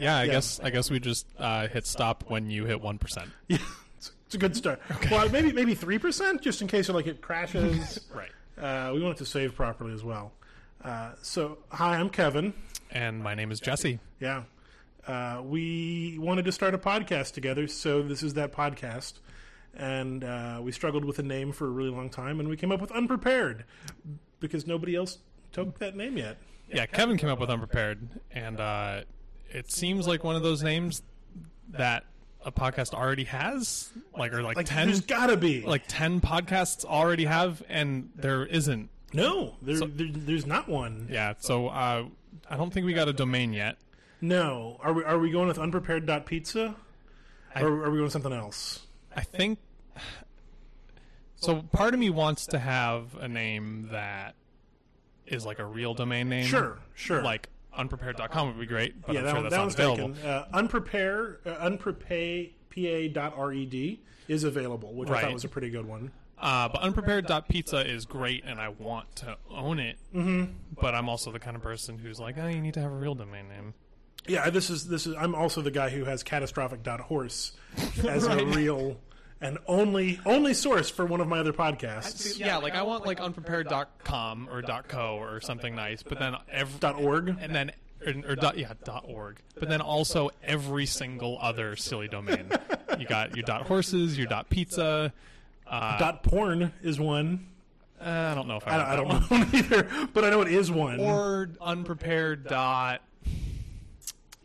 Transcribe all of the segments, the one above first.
Yeah, I Yeah. guess I guess we just uh, hit stop when you hit one percent. Yeah, it's, it's a good start. Well, maybe maybe three percent, just in case like it crashes. Right. Uh, we want it to save properly as well. Uh, so, hi, I'm Kevin. And my name is Jesse. Yeah, uh, we wanted to start a podcast together, so this is that podcast. And uh, we struggled with a name for a really long time, and we came up with Unprepared because nobody else took that name yet. Yeah, Kevin came up with unprepared, and uh, it seems like one of those names that a podcast already has, like or like, Like, ten, there's gotta be like ten podcasts already have, and there isn't. no, there, there, there's not one. Yeah, so uh, I don't think we got a domain yet. No, are we are we going with unprepared.pizza? I- or are we going with something else? I think. So part of me wants to have a name that is like a real domain name. Sure, Mm. sure. Like unprepared.com would be great, but yeah, I'm that, sure one- that's that not one's available. taken. Uh, unprepare, uh, unprepay, pa.red is available, which I Right. thought was a pretty good one. Uh, but unprepared.pizza is great, and I want to own it. Mm-hmm. But I'm also the kind of person who's like, oh, you need to have a real domain name. Yeah, this is this is. I'm also the guy who has catastrophic.horse as a real and only only source for one of my other podcasts. Yeah, like I want like unprepared.com or .co or something nice, but then every Dot org. and then or, or dot, yeah dot org, but then also every single other silly domain. you got your dot horses, your dot pizza. Uh, Dot porn is one. uh, I don't know if I, I don't, I don't know one either, but I know it is one. or unprepared dot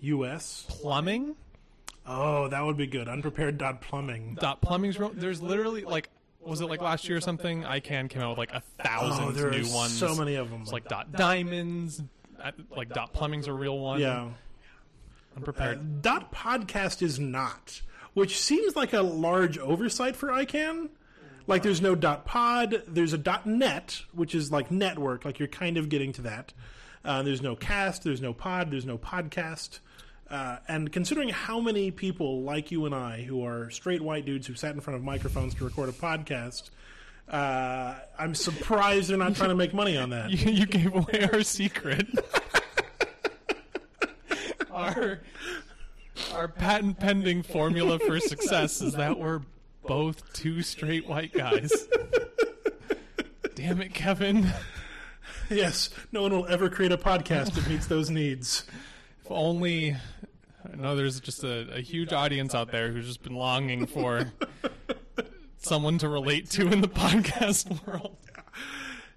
U.S. plumbing. Oh, that would be good. Unprepared.plumbing. dot plumbing's wrong. There's literally like was it like last year or something? ICANN came out with like a thousand Oh, there are new ones. so many of them. It's like dot diamonds, uh, like dot plumbing's a real one. yeah. unprepared. Dot podcast is not, which seems like a large oversight for ICANN. Like there's no dot pod, there's a dot net, which is like network, like you're kind of getting to that. Uh, there's no cast, there's no pod, there's no podcast. Uh, and considering how many people like you and I, who are straight white dudes who sat in front of microphones to record a podcast, uh, I'm surprised they're not trying to make money on that. you, you gave away our secret. our our patent pending formula for success is that we're both two straight white guys. Damn it, Kevin. Yes, no one will ever create a podcast that meets those needs. If only. I know there's just a, a huge audience out there who's just been longing for someone to relate to in the podcast world.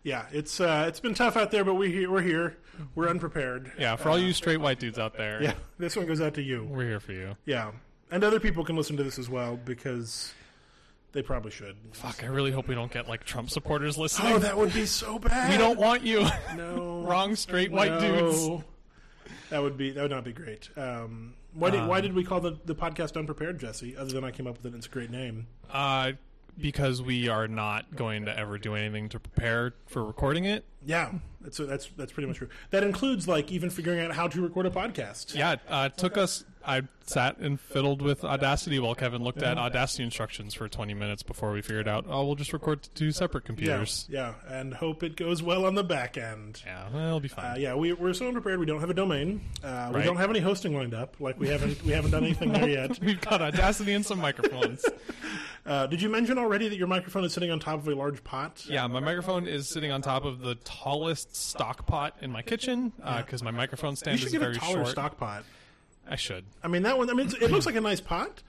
Yeah, it's uh, it's been tough out there, but we we're here. We're unprepared. Yeah, for all you straight white dudes out there, Yeah, this one goes out to you. we're here for you. Yeah, and other people can listen to this as well because they probably should. Fuck, I really hope we don't get like Trump supporters listening. Oh, that would be so bad. we don't want you. No. Wrong straight white dudes. No. That would be that would not be great. Um, why did why did we call the, the podcast unprepared, Jesse? Other than I came up with it, and it's a great name. Uh, because we are not going to ever do anything to prepare for recording it. Yeah, that's that's that's pretty much true. That includes like even figuring out how to record a podcast. Yeah, it uh, took us. I sat and fiddled with Audacity while Kevin looked at Audacity instructions for 20 minutes before we figured out, oh, we'll just record to two separate yeah, computers. yeah, and hope it goes well on the back end. Yeah, well, it'll be fine. Uh, yeah, we, we're so unprepared. We don't have a domain. Uh, We Right. don't have any hosting lined up. Like we haven't we haven't done anything there yet. We've got Audacity and some microphones. Uh, did you mention already that your microphone is sitting on top of a large pot? Yeah, my microphone is sitting on top of the tallest stock pot in my kitchen because my microphone you stand should is get a very taller short. stock pot. I should. I mean that one. I mean it's, it looks like a nice pot,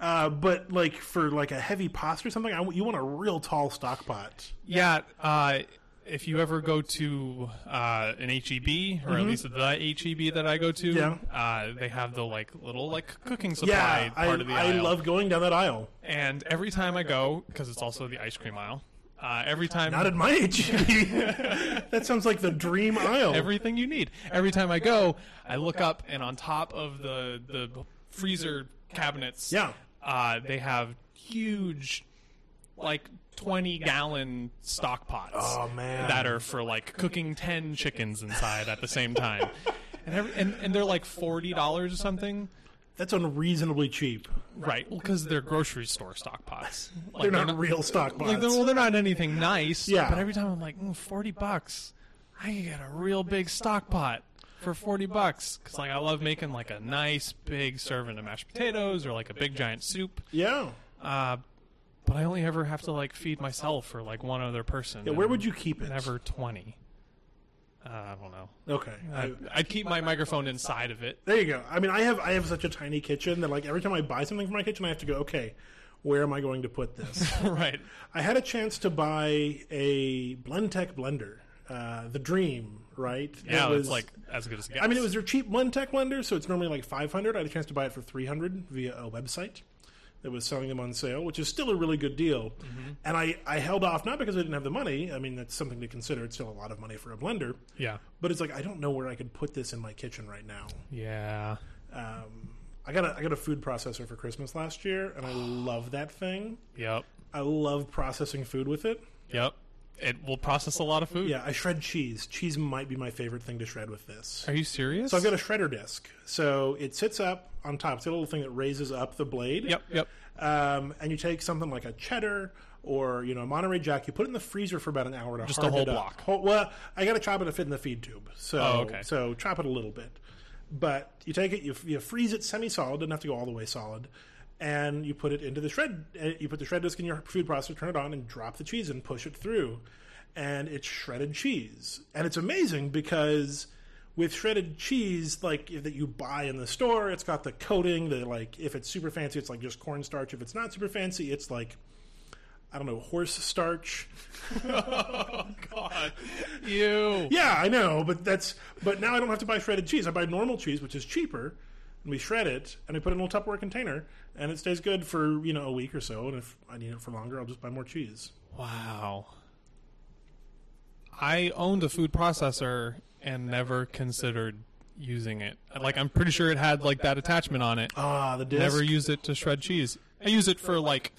uh, but like for like a heavy pasta or something, I w you want a real tall stock pot. Yeah. Uh, if you ever go to uh, an HEB, or at least the HEB that I go to, Mm-hmm. Yeah. uh, they have the like little like cooking supply Yeah, Uh, I, part of the I aisle. love going down that aisle. and every time I go, because it's also the ice cream aisle, uh, every time Not at my age. that sounds like the dream aisle. everything you need. Every time I go, I look up, and on top of the the freezer cabinets, Yeah. uh, they have huge, like twenty gallon stock pots. Oh, man. that are for like cooking ten chickens inside at the same time, and every, and, and they're like forty dollars or something. That's unreasonably cheap. Right, because they're grocery store stock pots. Like, They're not real stock pots. like, they're, well, they're not anything nice. Yeah. But every time I'm like, mm, forty bucks, I can get a real big stock pot. for 40 bucks because like i love making like a nice big serving of mashed potatoes or like a big giant soup Yeah. uh, but i only ever have to like feed myself or like one other person Yeah. Where would you keep it? never 20 uh, i don't know Okay. I- I'd, I'd keep my microphone inside of it there you go. I mean, I have I have such a tiny kitchen that like every time I buy something for my kitchen, I have to go. Okay, where am I going to put this? right I had a chance to buy a Blendtec blender, uh, the Dream, right? yeah That it's like as good as it gets I mean, it was their cheap Blendtec blender, so it's normally like 500. I had a chance to buy it for 300 via a website that was selling them on sale, which is still a really good deal. Mm-hmm. And I, I held off not because I didn't have the money. I mean, that's something to consider. It's still a lot of money for a blender, yeah but it's like I don't know where I could put this in my kitchen right now. yeah Um, I got a, I got a food processor for Christmas last year, and I love that thing. yep I love processing food with it. yep it will process a lot of food Yeah, I shred cheese. Cheese might be my favorite thing to shred with this. are you serious So I've got a shredder disc. So it sits up on top. It's got a little thing that raises up the blade. yep yep Um, and you take something like a cheddar or you know a Monterey Jack. You put it in the freezer for about an hour to Just a harden whole it up. block. Whole- well, I got to chop it to fit in the feed tube. So Oh, okay. so chop it a little bit. But you take it, you, you freeze it semi-solid. Doesn't have to go all the way solid. And you put it into the shred. uh, You put the shred disc in your food processor, turn it on, and drop the cheese and push it through. And it's shredded cheese, and it's amazing because with shredded cheese like if- that you buy in the store it's got the coating the like if it's super fancy it's like just cornstarch if it's not super fancy it's like i don't know horse starch oh god you yeah i know but that's but now i don't have to buy shredded cheese i buy normal cheese which is cheaper and we shred it and we put it in a little tupperware container and it stays good for you know a week or so and if i need it for longer i'll just buy more cheese Wow. I owned a food processor and never considered using it. Like I'm pretty sure it had like that attachment on it. ah the disc Never used it to shred cheese. I use it for like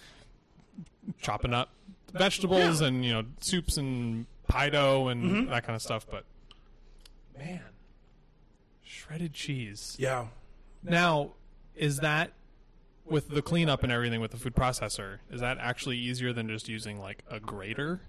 chopping up vegetables Yeah. and you know soups and pie dough and that kind of stuff. But Mm-hmm. man, shredded cheese. yeah Now, is that with the cleanup and everything with the food processor? Is that actually easier than just using like a grater?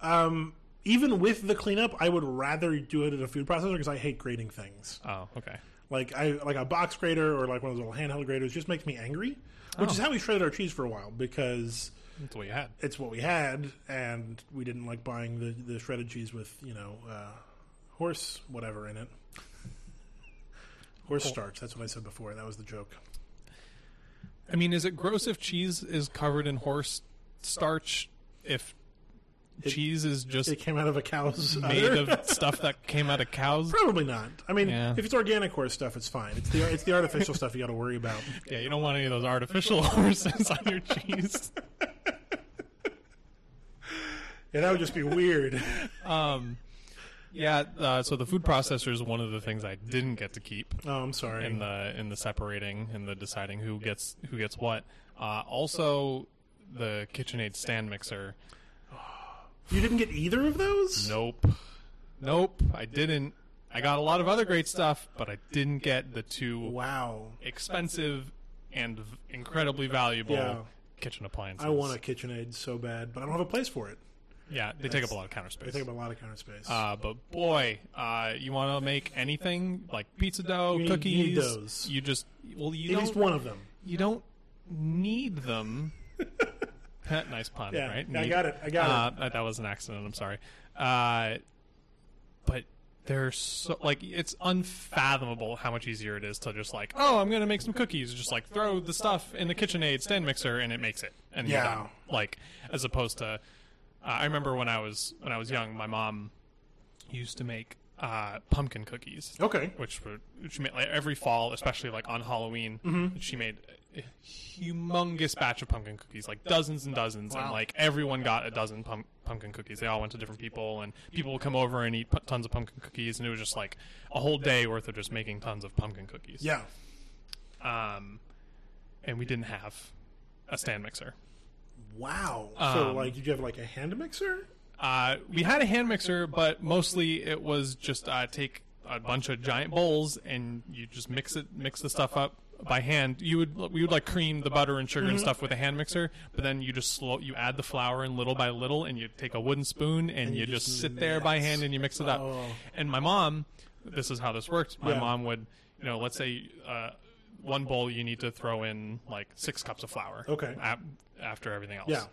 um even with the cleanup i would rather do it at a food processor because i hate grating things Oh, okay. like I like a box grater or like one of those little handheld graters just makes me angry, which is how we shredded our cheese for a while because That's what you had. it's what we had and we didn't like buying the, the shredded cheese with you know uh, horse whatever in it. Horse starch. That's what I said before. That was the joke. I mean, is it gross if cheese is covered in horse starch? If cheese is just It came out of a cow's made udder? of stuff that came out of cows? Probably not. I mean, Yeah. if it's organic horse stuff, it's fine. It's the it's the artificial stuff you got to worry about. Yeah, you don't want any of those artificial horses on your cheese. Yeah, that would just be weird. Um, yeah, uh, so the food processor is one of the things I didn't get to keep. Oh, I'm sorry. in the in the separating and the deciding who gets who gets what. Uh, also, the KitchenAid stand mixer. you didn't get either of those. Nope, nope, I didn't. I got a lot of other great stuff, but I didn't get the two Wow. expensive and v- incredibly valuable Yeah. kitchen appliances. I want a KitchenAid so bad, but I don't have a place for it. Yeah, they take up a lot of counter They space. take up a lot of counter space. Uh, but boy, uh, you want to make anything like pizza dough, You need- cookies. you need those. you just well, you At don't least one of them. you don't need them. That nice pun, Yeah, right? I got it, I got it. That was an accident. I'm sorry. Uh, but they're so like it's unfathomable how much easier it is to just like, oh, I'm gonna make some cookies. Just like throw the stuff in the KitchenAid stand mixer and it makes it. And you're Yeah. done. like as opposed to, uh, I remember when I was when I was young, my mom used to make uh, pumpkin cookies Okay. which were she made like every fall, especially like on Halloween. Mm-hmm. She made a humongous batch of pumpkin cookies, like dozens and dozens, and Wow. like everyone got a dozen pump, pumpkin cookies. They all went to different people, and people would come over and eat p- tons of pumpkin cookies, and it was just like a whole day worth of just making tons of pumpkin cookies. Yeah. Um, and we didn't have a stand mixer. Wow. so, like, did you have like a hand mixer? Uh, we had a hand mixer, but mostly it was just uh, take a bunch of giant bowls and you just mix it, mix the stuff up by hand. You would we would like cream the butter and sugar and Mm-hmm. stuff with a hand mixer, but then you just slow you add the flour in little by little, and you take a wooden spoon and, you, you just, just sit there by mix. hand and you mix it up. Oh. And my mom this is how this works. My Yeah. mom would, you know, let's say uh, one bowl you need to throw in like six cups of flour. Okay. ap- after everything else. Yeah.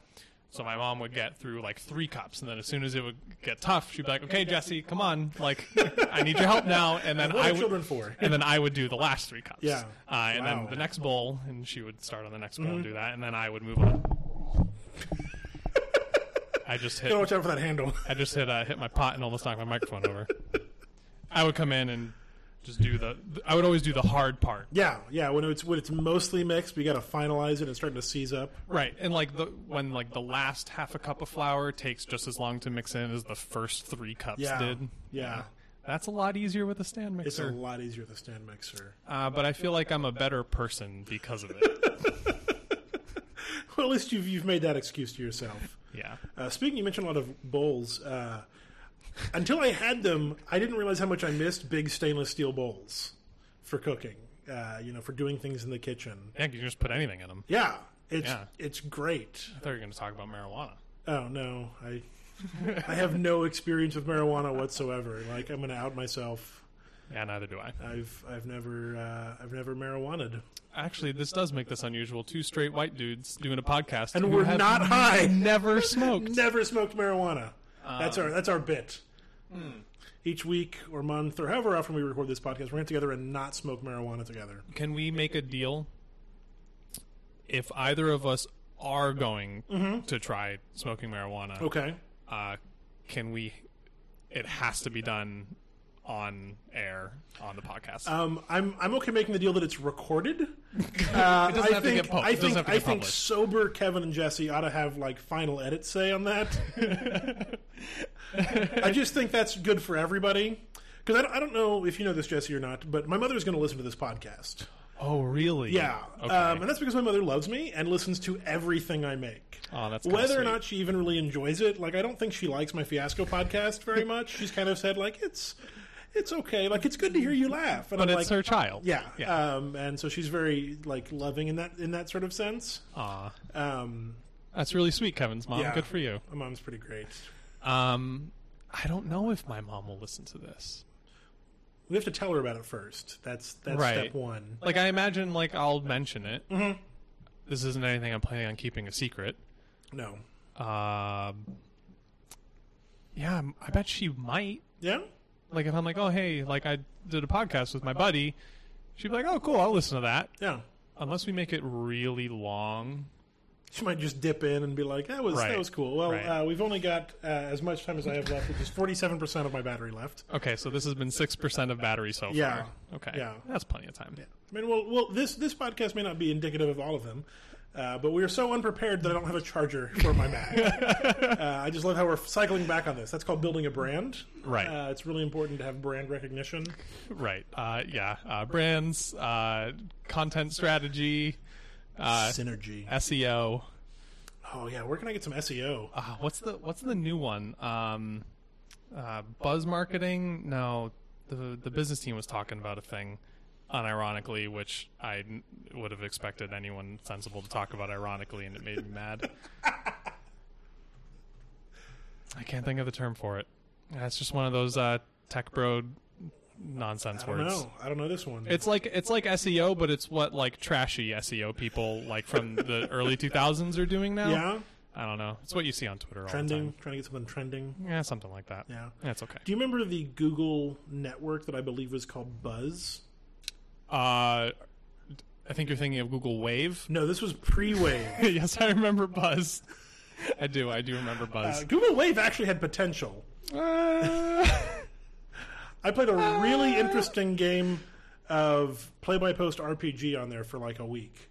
So my mom would get through like three cups, and then as soon as it would get tough, she'd be like, "Okay, Jesse, come on, like I need your help now." And then What I are would, children for? and then I would do the last three cups. Yeah. Uh, and Wow. Mm-hmm. then the next bowl, and she would start on the next bowl and do that, and then I would move on. I just hit. Gotta watch out for that handle. I just hit uh, hit my pot and almost knocked my microphone over. I would come in and just do the. I would always do the hard part, yeah, yeah. When it's when it's mostly mixed, we got to finalize it. and It's starting to seize up. right? And like the when like the last half a cup of flour takes just as long to mix in as the first three cups Yeah, did. yeah. that's a lot easier with a stand It's a mixer. lot easier with a stand mixer. Uh, but I feel like I'm a better person because of it. Well, at least you've you've made that excuse to yourself. yeah. Uh, speaking, you mentioned a lot of bowls. Uh, until I had them, I didn't realize how much I missed big stainless steel bowls for cooking. Uh, you know, for doing things in the kitchen. Yeah, you can just put anything in them. Yeah, it's Yeah. it's great. I thought you were going to talk about marijuana. Oh no, I I have no experience with marijuana whatsoever. Like I'm going to out myself. Yeah, neither do I. I've I've never uh, I've never marijuanaed, Actually, this does make this unusual. Two straight white dudes doing a podcast, and who we're have not high. never smoked. Never smoked marijuana. that's our that's our bit. Each week or month or however often we record this podcast, we're going to get together and not smoke marijuana together. Can we make a deal? If either of us are going to try smoking marijuana, Mm-hmm. Okay. uh, can we? It has to be done on air on the podcast. Um, I'm I'm okay making the deal that it's recorded. Uh, It doesn't I have to think get pub- I it doesn't think have to I get think published. sober Kevin and Jesse ought to have like final edit say on that. I just think that's good for everybody because I, don't- I don't know if you know this Jesse or not, but my mother is going to listen to this podcast. oh, really? Yeah, Okay. um, and that's because my mother loves me and listens to everything I make. Aw, that's kinda Whether or sweet. not she even really enjoys it, like I don't think she likes my fiasco podcast very much. She's kind of said like it's it's okay, like it's good to hear you laugh, and but I'm it's like, her child. yeah, Yeah. Um, and so she's very like loving in that in that sort of sense. Aw. Um, that's really sweet, Kevin's mom. yeah. Good for you. my mom's pretty great. Um, I don't know if my mom will listen to this. We have to tell her about it first. That's that's Right. step one. Like I imagine, like I'll mention it. Mm-hmm. This isn't anything I'm planning on keeping a secret. No, Um, yeah, I'm- I bet she might. yeah, Like, if I'm like, oh, hey, like, I did a podcast with my buddy, she'd be like, oh, cool, I'll listen to that. yeah. Unless we make it really long. She might just dip in and be like, "That was that Right. was cool." Well, Right. uh, we've only got uh, as much time as I have left, which is forty seven percent of my battery left. Okay, so this has been 6% of battery so Yeah. far. Okay. Yeah. That's plenty of time. I mean, well, well, this this podcast may not be indicative of all of them, uh, but we are so unprepared that I don't have a charger for my Mac. uh, I just love how we're cycling back on this. That's called building a brand. Right. Uh, it's really important to have brand recognition. Right. Uh, yeah. Uh, brands, uh, content strategy, uh, Synergy. SEO. Oh yeah, where can I get some SEO? Uh, what's the What's the new one? Um, uh, buzz marketing? No, the the business team was talking about a thing, unironically, which I n- would have expected anyone sensible to talk about ironically, and it made me mad. I can't think of the term for it. Yeah, It's just one of those uh, tech bro nonsense I don't words. know. I don't know this one. It's like it's like SEO, but it's what like trashy SEO people like from the early 2000s are doing now. yeah, I don't know. It's what you see on Twitter all the trending. time. Trying to get something trending. Yeah, something like that. Yeah. That's okay. Do you remember the Google network that I believe was called Buzz? Uh, I think you're thinking of Google Wave. No, this was pre-Wave. yes, I remember Buzz. I do. I do remember Uh, Buzz. Google Wave actually had potential. Uh, I played a really interesting game of play-by-post RPG on there for like a week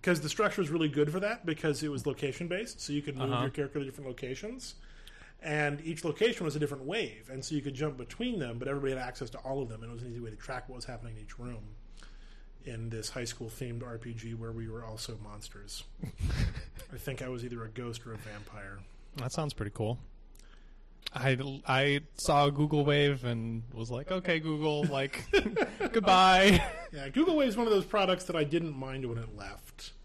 because the structure is really good for that because it was location-based, so you could move your character to different locations, and each location was a different wave, and so you could jump between them, but everybody had access to all of them, and it was an easy way to track what was happening in each room. In this high school-themed RPG, where we were also monsters, I think I was either a ghost or a vampire. that sounds pretty cool. I, I saw Google Wave and was like, okay, Google, like, goodbye. Yeah, Google Wave is one of those products that I didn't mind when it left.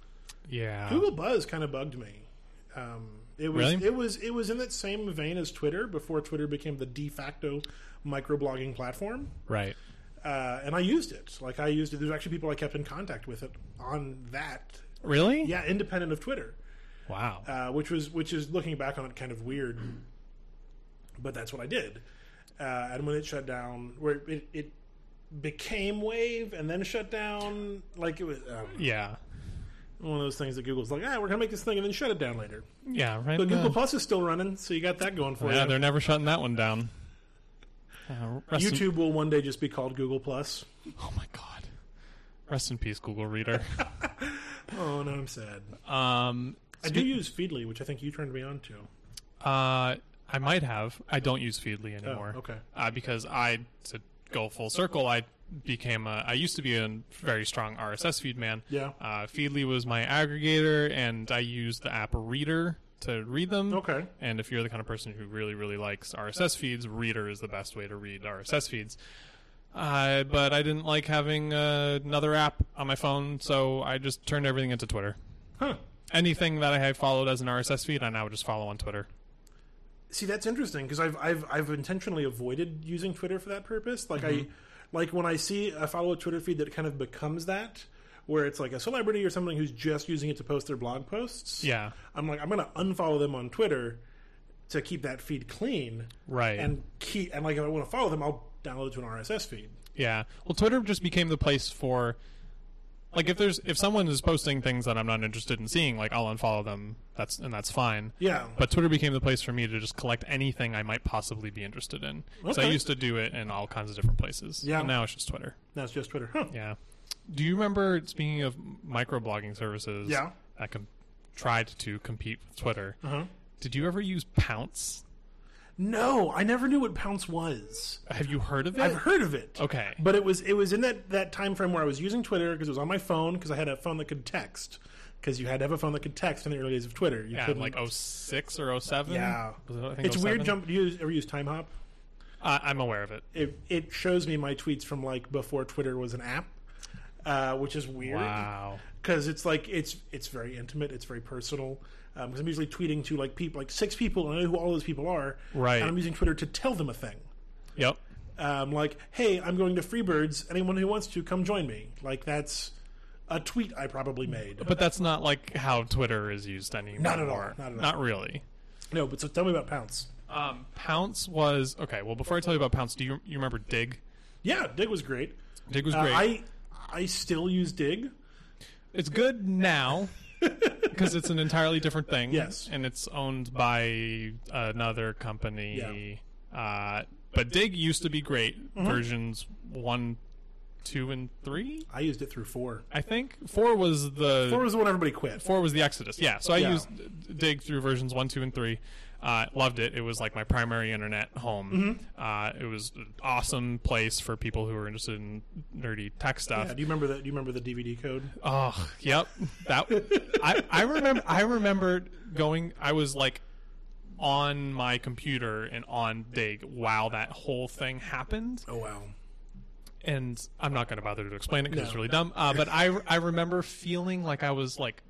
Yeah. Google Buzz kind of bugged me. Um, it was Really? it was it was in that same vein as Twitter before Twitter became the de facto microblogging platform, Right. uh, and I used it. Like I used it. There's actually people I kept in contact with it on that. Really? Yeah, independent of Twitter, Wow. uh, which was which is looking back on it kind of weird, but that's what I did. Uh, and when it shut down, where it, it became Wave and then shut down, like it was um, yeah. one of those things that Google's like, ah, we're gonna make this thing and then shut it down later. Yeah. Right. But now. Google Plus is still running, so you got that going for yeah, you. they're never shutting that one down. Uh, rest in- YouTube will one day just be called Google Plus. oh my god. Rest in peace, Google Reader. Oh no, I'm sad. um, I do use Feedly, which I think you turned me on to. Uh, I might have. I don't use Feedly anymore. Oh, okay. Uh, because I to go full circle, I became a. I used to be a very strong RSS feed man. Yeah. Uh, Feedly was my aggregator, and I used the app Reader to read them. Okay. And if you're the kind of person who really, really likes RSS feeds, Reader is the best way to read RSS feeds. Uh, but I didn't like having uh, another app on my phone, so I just turned everything into Twitter. Huh. Anything that I had followed as an RSS feed, I now just follow on Twitter. See, that's interesting because I've I've I've intentionally avoided using Twitter for that purpose. Like I, like when I see I follow a Twitter feed that kind of becomes that, where it's like a celebrity or something who's just using it to post their blog posts. Yeah. I'm like I'm gonna unfollow them on Twitter to keep that feed clean. Right. And keep and like if I want to follow them, I'll download it to an RSS feed. Yeah. Well, Twitter just became the place for like if there's if someone is posting things that I'm not interested in seeing, like I'll unfollow them. That's and that's fine. Yeah. But Twitter became the place for me to just collect anything I might possibly be interested in. Because I Okay. used to do it in all kinds of different places. Yeah. And now it's just Twitter. That's just Twitter. Huh. Yeah. Do you remember speaking of microblogging services? Yeah. That com- tried to compete with Twitter. Uh-huh. Did you ever use Pounce? No, I never knew what Pounce was. Have you heard of it? I've heard of it. Okay. But it was it was in that that time frame where I was using Twitter because it was on my phone because I had a phone that could text because you had to have a phone that could text in the early days of Twitter. You yeah, couldn't- like oh, 06 or 07? yeah, Was it, I think, it's 07? weird. Jump. Do you ever use Time Hop? Uh, I'm aware of it. It it shows me my tweets from like before Twitter was an app, uh, which is weird. Wow. because it's like it's it's very intimate, it's very personal. Because I'm usually tweeting to like people, like six people, and I know who all those people are. Right. And I'm using Twitter to tell them a thing. Yep. Um, like, hey, I'm going to Freebirds. Anyone who wants to, come join me. Like that's a tweet I probably made. But that's not like how Twitter is used anymore. Not at all, not at all. really. no, but so tell me about Pounce. Um, Pounce was okay. Well, before I tell you about Pounce, do you you remember Dig? Yeah, Dig was great. Dig was Uh, great. I I still use Dig. it's good now because it's an entirely different thing. Yes. and it's owned by another company. Uh, but Dig used to be great. Mm-hmm. Versions one, two, and three. I used it through four. I think four was the Four was the one everybody quit. four was the Exodus. Yeah, so I Yeah. used Dig through versions one, two, and three. Uh, loved it. It was like my primary internet home. Mm-hmm. Uh, it was an awesome place for people who were interested in nerdy tech stuff. Yeah, do you remember that? Do you remember the DVD code? Oh, yep. That I, I remember. I remembered going. I was like on my computer and on Dig while that whole thing happened Oh wow. and I'm not going to bother to explain it because it's No. really dumb. Uh, but I I remember feeling like I was like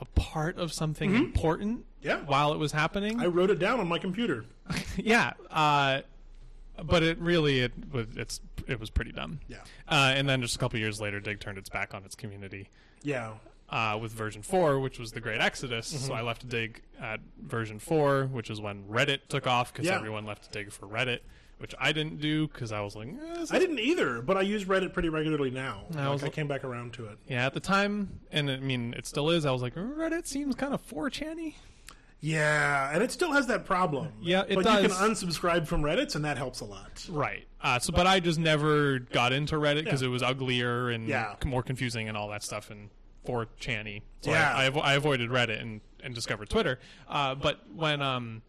a part of something important. Mm-hmm. Yeah. While it was happening. I wrote it down on my computer. yeah. Uh, but it really it was it's it was pretty dumb. Yeah. Uh, and then just a couple years later, Dig turned its back on its community Yeah. uh, with version 4, which was the Great Exodus. Mm-hmm. So I left Dig at version 4, which is when Reddit took off because Yeah. everyone left Dig for Reddit, which I didn't do because I was like, eh, this I didn't either, but I use Reddit pretty regularly now. Like, was- I came back around to it. Yeah, at the time, and I mean, it still is. I was like, Reddit seems kind of 4chan-y. Yeah, and it still has that problem. Yeah, it but you does. can unsubscribe from Reddits, and that helps a lot. Right. Uh, so, but I just never got into Reddit because Yeah. it was uglier and Yeah. c- more confusing and all that stuff and 4chan-y. So Yeah. I, I, avo- I avoided Reddit and, and discovered Twitter. Uh, but when um,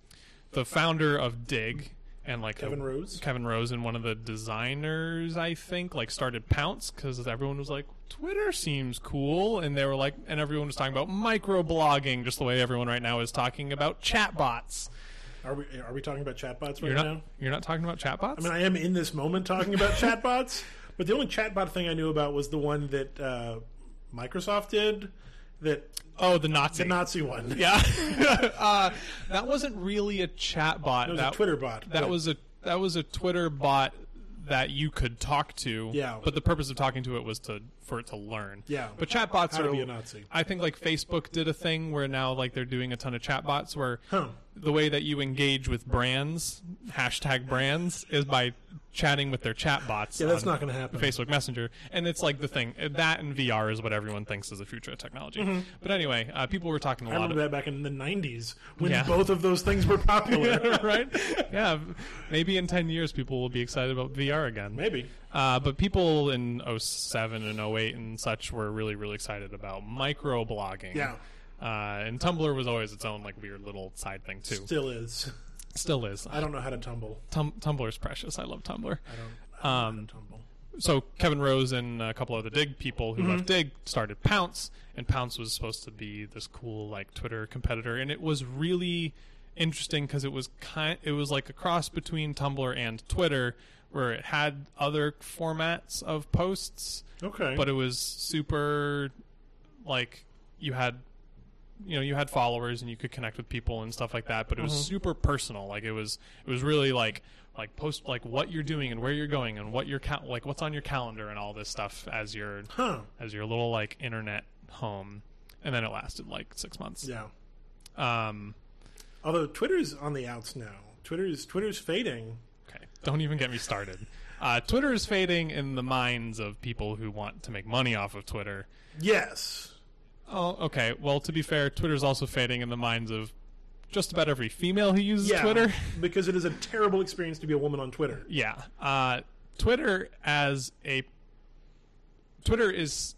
the founder of Dig and like Kevin the- Rose? Kevin Rose and one of the designers, I think, like started Pounce because everyone was like, Twitter seems cool, and they were like, and everyone was talking about microblogging, just the way everyone right now is talking about chatbots. Are we are we talking about chatbots right You're now? not, you're not talking about chatbots. I mean, I am in this moment talking about chatbots, but the only chatbot thing I knew about was the one that uh, Microsoft did, that oh, the Nazi. the Nazi one. yeah, uh, that wasn't really a chatbot. it was that a Twitter bot. That but was a that was a Twitter bot that you could talk to. Yeah. But the purpose of talking to it was to for it to learn. Yeah. But chatbots How are to be a Nazi. I think like Facebook did a thing where now like they're doing a ton of chatbots where Huh. the way that you engage with brands, hashtag brands, is by chatting with their chatbots. Yeah, that's on not gonna happen. Facebook Messenger, and it's like the thing that and VR is what everyone thinks is the future of technology. But anyway, uh, people were talking a Mm-hmm. I lot remember about that back in the '90s when Yeah. both of those things were popular. right? Yeah, maybe in ten years people will be excited about VR again. Maybe. Uh, but people in 07 and 08 and such were really, really excited about microblogging. Yeah. Uh, and Tumblr was always its own like weird little side thing too. Still is. Still is. I don't know how to tumble. Tum- Tumblr's precious. I love Tumblr. I don't, I Um, don't know how to tumble. So Kevin Rose and a couple other Dig people who left Dig started Pounce, and Pounce was supposed to be this cool like Twitter competitor, and it was really interesting because it was kind, it was like a cross between Tumblr and Twitter, where it had other formats of posts, Okay. but it was super like you had you know you had followers and you could connect with people and stuff like that but it was Mm-hmm. super personal like it was it was really like like post like what you're doing and where you're going and what your cal- like what's on your calendar and all this stuff as your huh. as your little like internet home and then it lasted like 6 months Yeah. um Although Twitter's on the outs now. Twitter's Twitter's fading. Okay, don't even get me started. Uh, Twitter is fading in the minds of people who want to make money off of Twitter. Yes. Oh, okay. Well, to be fair, Twitter's also fading in the minds of just about every female who uses Twitter. because it is a terrible experience to be a woman on Twitter. Yeah. Uh, Twitter as a Twitter is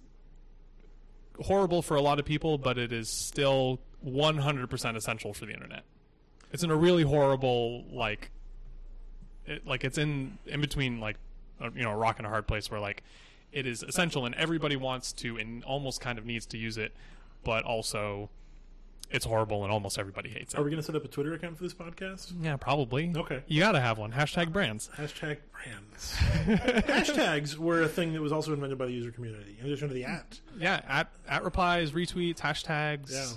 horrible for a lot of people, but it is still 100% essential for the internet. It's in a really horrible like it, like it's in in between like a, you know a rock and a hard place where like it is essential and everybody wants to and almost kind of needs to use it, but also it's horrible and almost everybody hates Are it. we going to set up a Twitter account for this podcast? Yeah, probably. Okay. You got to have one. Hashtag brands. Hashtag brands. Hashtags were a thing that was also invented by the user community, in addition to the at. Yeah, at at replies, retweets, hashtags. Yeah.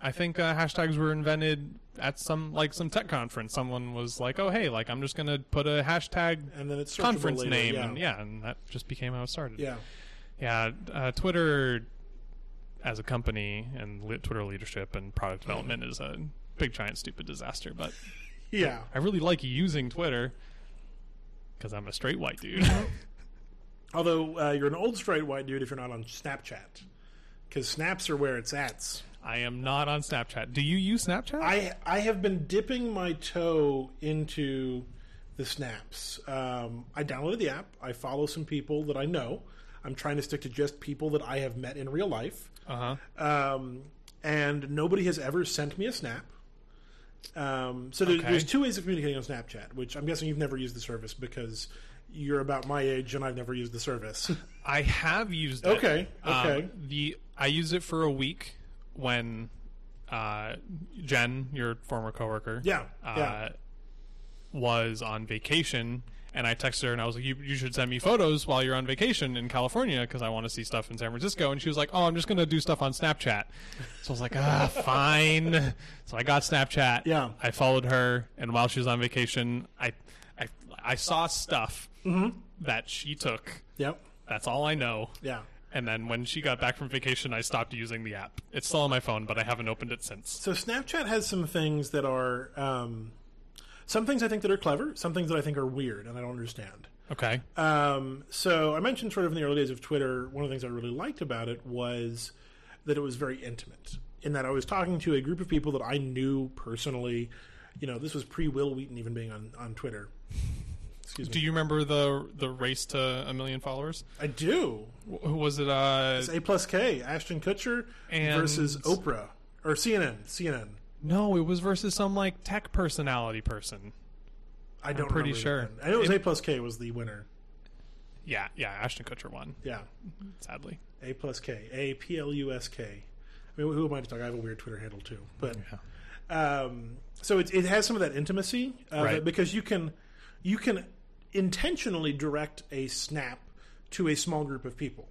I think uh, hashtags were invented at some like some tech conference. Someone was like, "Oh, hey, like I'm just gonna put a hashtag And then it's searchable conference later, name," yeah. and yeah, and that just became how it started. Yeah. yeah. Uh, Twitter as a company and li- Twitter leadership and product development is a big giant stupid disaster. But Yeah. I really like using Twitter because I'm a straight white dude. Although uh, you're an old straight white dude if you're not on Snapchat, because snaps are where it's at. I am not on Snapchat. Do you use Snapchat? I I have been dipping my toe into the snaps. Um, I downloaded the app. I follow some people that I know. I'm trying to stick to just people that I have met in real life. uh huh. Um, and nobody has ever sent me a snap. Um, so there, Okay. there's two ways of communicating on Snapchat, which I'm guessing you've never used the service because you're about my age and I've never used the service. I have used it. Okay, okay. Um, the I used it for a week when uh, Jen, your former coworker, Yeah, uh, yeah. was on vacation, and I texted her and I was like, "You you should send me photos while you're on vacation in California because I want to see stuff in San Francisco." And she was like, "Oh, I'm just gonna do stuff on Snapchat." So I was like, "Ah, fine." So I got Snapchat. Yeah. I followed her, and while she was on vacation, I I, I saw stuff Mm-hmm. that she took. yep. That's all I know. Yeah. And then when she got back from vacation, I stopped using the app. It's still on my phone, but I haven't opened it since. So Snapchat has some things that are um, some things I think that are clever, some things that I think are weird and I don't understand. Okay. Um, so I mentioned sort of in the early days of Twitter, one of the things I really liked about it was that it was very intimate. In that I was talking to a group of people that I knew personally. You know, this was pre Will Wheaton even being on on Twitter. Excuse me. Do you remember the the race to a million followers? I do. Wh- Who was it? Uh, It's A plus K. Ashton Kutcher And- versus Oprah or CNN. CNN. no, it was versus some like tech personality person. I don't. pretty remember sure. the name. I know it was A plus K was the winner. Yeah, yeah. Ashton Kutcher won, Yeah. sadly. A plus K. A P L U S K. I mean, who am I to talk? I have a weird Twitter handle too, but. um, so it, it has some of that intimacy uh, Right. that- because you can you can intentionally direct a snap to a small group of people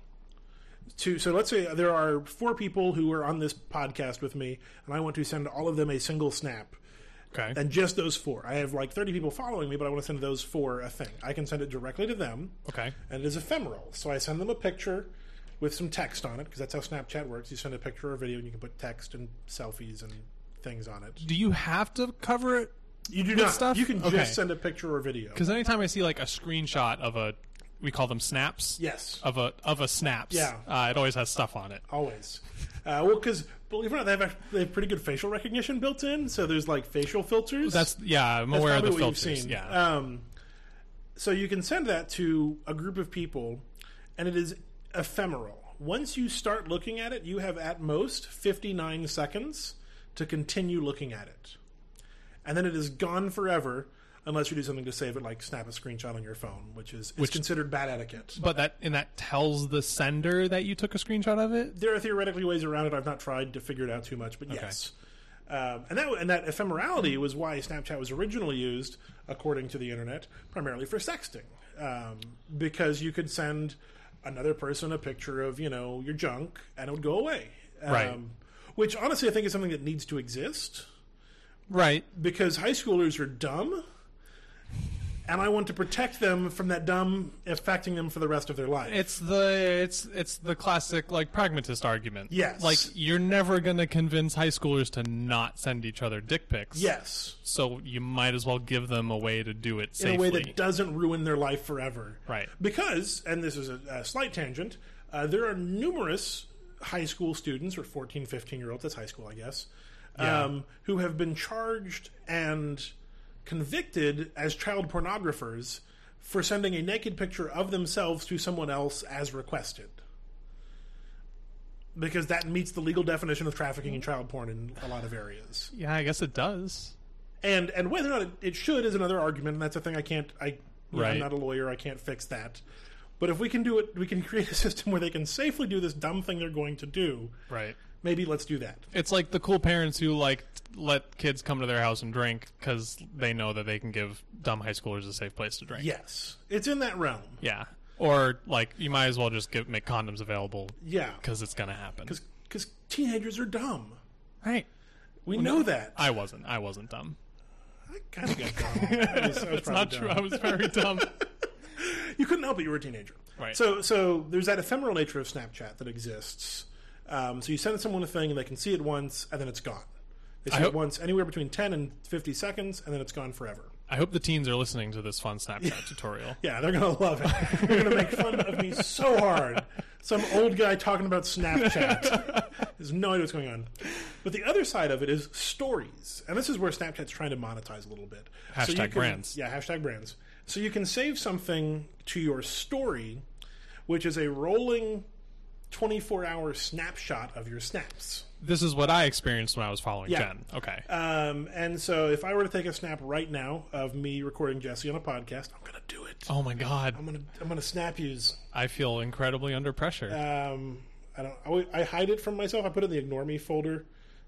to so let's say there are four people who are on this podcast with me and i want to send all of them a single snap Okay. and just those four. I have like 30 people following me, but I want to send those four a thing. I can send it directly to them, Okay. and it is ephemeral. So I send them a picture with some text on it because that's how Snapchat works. You send a picture or a video, and you can put text and selfies and things on it. Do you have to cover it? You do not. stuff? You can Okay. just send a picture or video. Because anytime I see like a screenshot of a, we call them snaps. Yes, Of a of a snaps. Yeah. Uh, it always has stuff on it. always. Uh, well, because believe it or not, they have, act- they have pretty good facial recognition built in. So there's like facial filters. That's yeah. I'm aware of the probably what filters. you've seen. Yeah. Um, so you can send that to a group of people, and it is ephemeral. Once you start looking at it, you have at most 59 seconds to continue looking at it. And then it is gone forever unless you do something to save it, like snap a screenshot on your phone, which is, is considered bad etiquette. but that and that tells the sender that you took a screenshot of it. There are theoretically ways around it. I've not tried to figure it out too much, but yes. Um, and that and that ephemerality was why Snapchat was originally used, according to the internet, primarily for sexting, um, because you could send another person a picture of you know your junk and it would go away. Um, Right. Which honestly, I think is something that needs to exist Right. because high schoolers are dumb, and I want to protect them from that dumb affecting them for the rest of their life. It's the it's it's the classic like pragmatist argument. Yes. Like you're never gonna convince high schoolers to not send each other dick pics. yes. So you might as well give them a way to do it safely. in a way that doesn't ruin their life forever. Right. Because, and this is a, a slight tangent, uh, there are numerous high school students, or 14, 15 year olds, that's high school, I guess, um, who have been charged and convicted as child pornographers for sending a naked picture of themselves to someone else as requested. Because that meets the legal definition of trafficking in child porn in a lot of areas yeah, I guess it does. and and whether or not it, it should is another argument, and that's a thing I can't. I you know, I'm Right. not a lawyer. I can't fix that. But if we can do it, we can create a system where they can safely do this dumb thing they're going to do. Right. Maybe let's do that. It's like the cool parents who like t- let kids come to their house and drink because they know that they can give dumb high schoolers a safe place to drink. Yes, it's in that realm. Yeah. Or like you might as well just give make condoms available Yeah, because it's gonna happen. because teenagers are dumb. Right. We know that. I wasn't. I wasn't dumb. I kind of got dumb. I was, I was It's not probably true. dumb. I was very dumb. you couldn't help it. You were a teenager. Right. So so there's that ephemeral nature of Snapchat that exists. Um, so you send someone a thing and they can see it once and then it's gone. They see I it hope- once anywhere between 10 and 50 seconds and then it's gone forever. I hope the teens are listening to this fun Snapchat tutorial. Yeah, they're gonna love it. They're gonna make fun of me so hard. Some old guy talking about Snapchat. There's no idea what's going on. But the other side of it is stories, and this is where Snapchat's trying to monetize a little bit. So you Hashtag can- brands. Yeah, hashtag brands. So you can save something to your story, which is a rolling. 24 hour snapshot of your snaps. This is what I experienced when I was following Yeah. Jen. Okay. Um, and so, if I were to take a snap right now of me recording Jesse on a podcast, I'm going to do it. oh my god. I'm going to I'm going to snap use. I feel incredibly under pressure. Um, I don't. I, always- I hide it from myself. I put it in the ignore me folder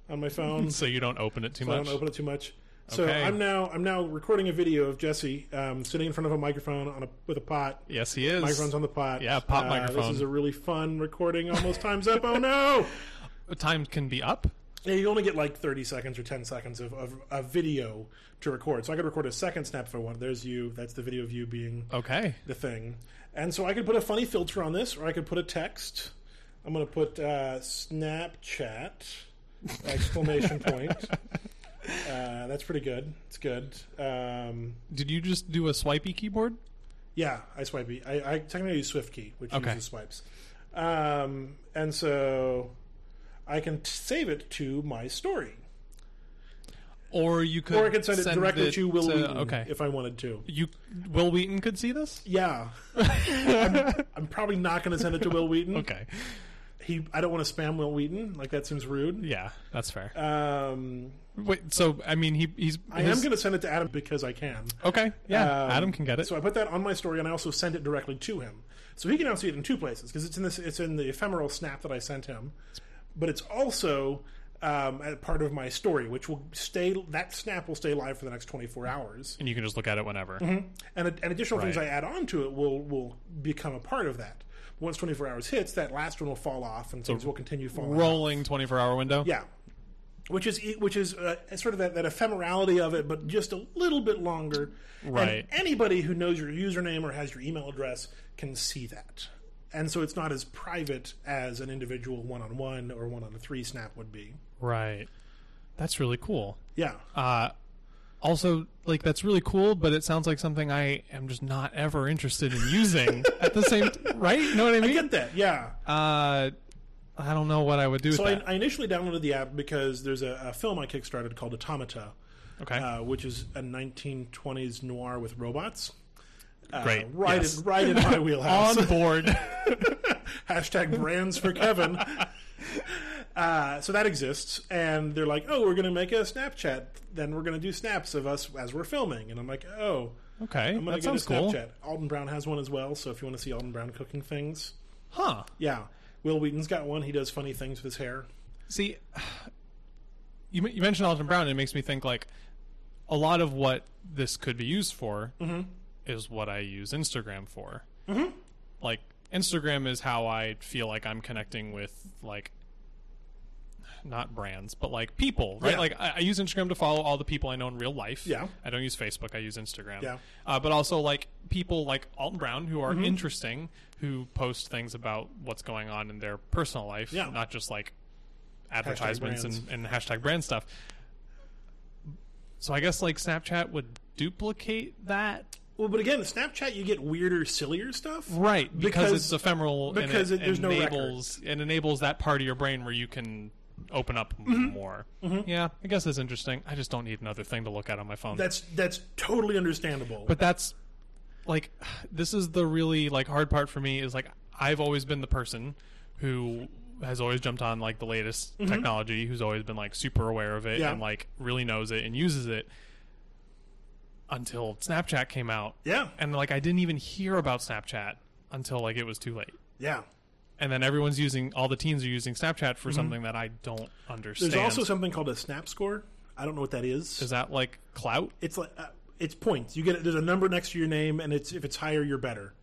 on my phone. so so you don't open it too I much. don't open it too much. So Okay. I'm now I'm now recording a video of Jesse um, sitting in front of a microphone on a with a pot. yes, he is. Microphone's on the pot. Uh, Yeah, pot microphone. This is a really fun recording. Almost time's up. Oh no! Time can be up. Yeah, you only get like 30 seconds or 10 seconds of, of, of video to record. So I could record a second snap if I want. There's you. That's the video of you being Okay. the thing. And so I could put a funny filter on this, or I could put a text. I'm going to put uh, Snapchat exclamation point. Uh, that's pretty good. It's good. Um, Did you just do a swipey keyboard? yeah, I swipe. E. I, I technically use SwiftKey, which Okay. uses swipes. Um, and so I can t- save it to my story, Or you could or I can send it directly to Will Wheaton Okay. if I wanted to. you Will Wheaton could see this? Yeah, I'm, I'm probably not going to send it to Will Wheaton. Okay. He, I don't want to spam Will Wheaton. Like that seems rude. Yeah, that's fair. Um, Wait, so I mean he he's I am going to send it to Adam because I can. Okay. Yeah. Um, Adam can get it. So I put that on my story, and I also send it directly to him, so he can now see it in two places because it's in this, it's in the ephemeral snap that I sent him, but it's also um, a part of my story, which will stay. That snap will stay live for the next twenty four hours, and you can just look at it whenever. Mm-hmm. and, and additional things I Right. add on to it will will become a part of that. Once twenty four hours hits, that last one will fall off, and things will continue falling. off. Rolling 24 hour window. Yeah. which is which is uh, sort of that, that ephemerality of it, but just a little bit longer. Right. And anybody who knows your username or has your email address can see that, and so it's not as private as an individual one-on-one or one-on-three snap would be. Right. That's really cool. Yeah. Uh, also, like that's really cool, but it sounds like something I am just not ever interested in using. at the same, t- right? You know what I I mean? get that. Yeah. uh, I don't know what I would do So with I, that. I initially downloaded the app because there's a, a film I kickstarted called Automata, okay. uh, which is a 1920s noir with robots. Uh, Great. Right, Yes. in, right in my wheelhouse. On board. Hashtag brands for Kevin. Uh, so that exists, and they're like, "Oh, we're going to make a Snapchat. Then we're going to do snaps of us as we're filming." And I'm like, "Oh, Okay. I'm going That to get a sounds cool. Snapchat." Alden Brown has one as well. So if you want to see Alden Brown cooking things, Huh. yeah, Will Wheaton's got one. He does funny things with his hair. See, you, men- you mentioned Alton Brown, and it makes me think like a lot of what this could be used for Mm-hmm. is what I use Instagram for. Like Instagram is how I feel like I'm connecting with like not brands, but like people, right? Yeah. Like I, I use Instagram to follow all the people I know in real life. Yeah. I don't use Facebook. I use Instagram. Yeah. Mm-hmm. Uh, but also like people like Alton Brown who are interesting, who post things about what's going on in their personal life, Yeah. not just like advertisements brands. and, and hashtag brand stuff. So I guess like Snapchat would duplicate that, Well, but again, Snapchat you get weirder, sillier stuff. right? Because, it's Because- ephemeral because and it- it, there's no enables it enables that part of your brain where you can open up Mm-hmm. more. Yeah, I guess that's interesting. I just don't need another thing to look at on my phone. That's that's totally understandable. but that's like this is the really like hard part for me is like I've always been the person who has always jumped on like the latest technology, who's always been like super aware of it Mm-hmm. Yeah. and like really knows it and uses it until Snapchat came out. yeah, And like I didn't even hear about Snapchat until like it was too late. yeah. And then everyone's using all the teens are using Snapchat for something that I don't understand. Mm-hmm. There's also something called a snap score. I don't know what that is. is that like clout? it's like uh, it's points. You get there's a number next to your name, and it's if it's higher, you're better.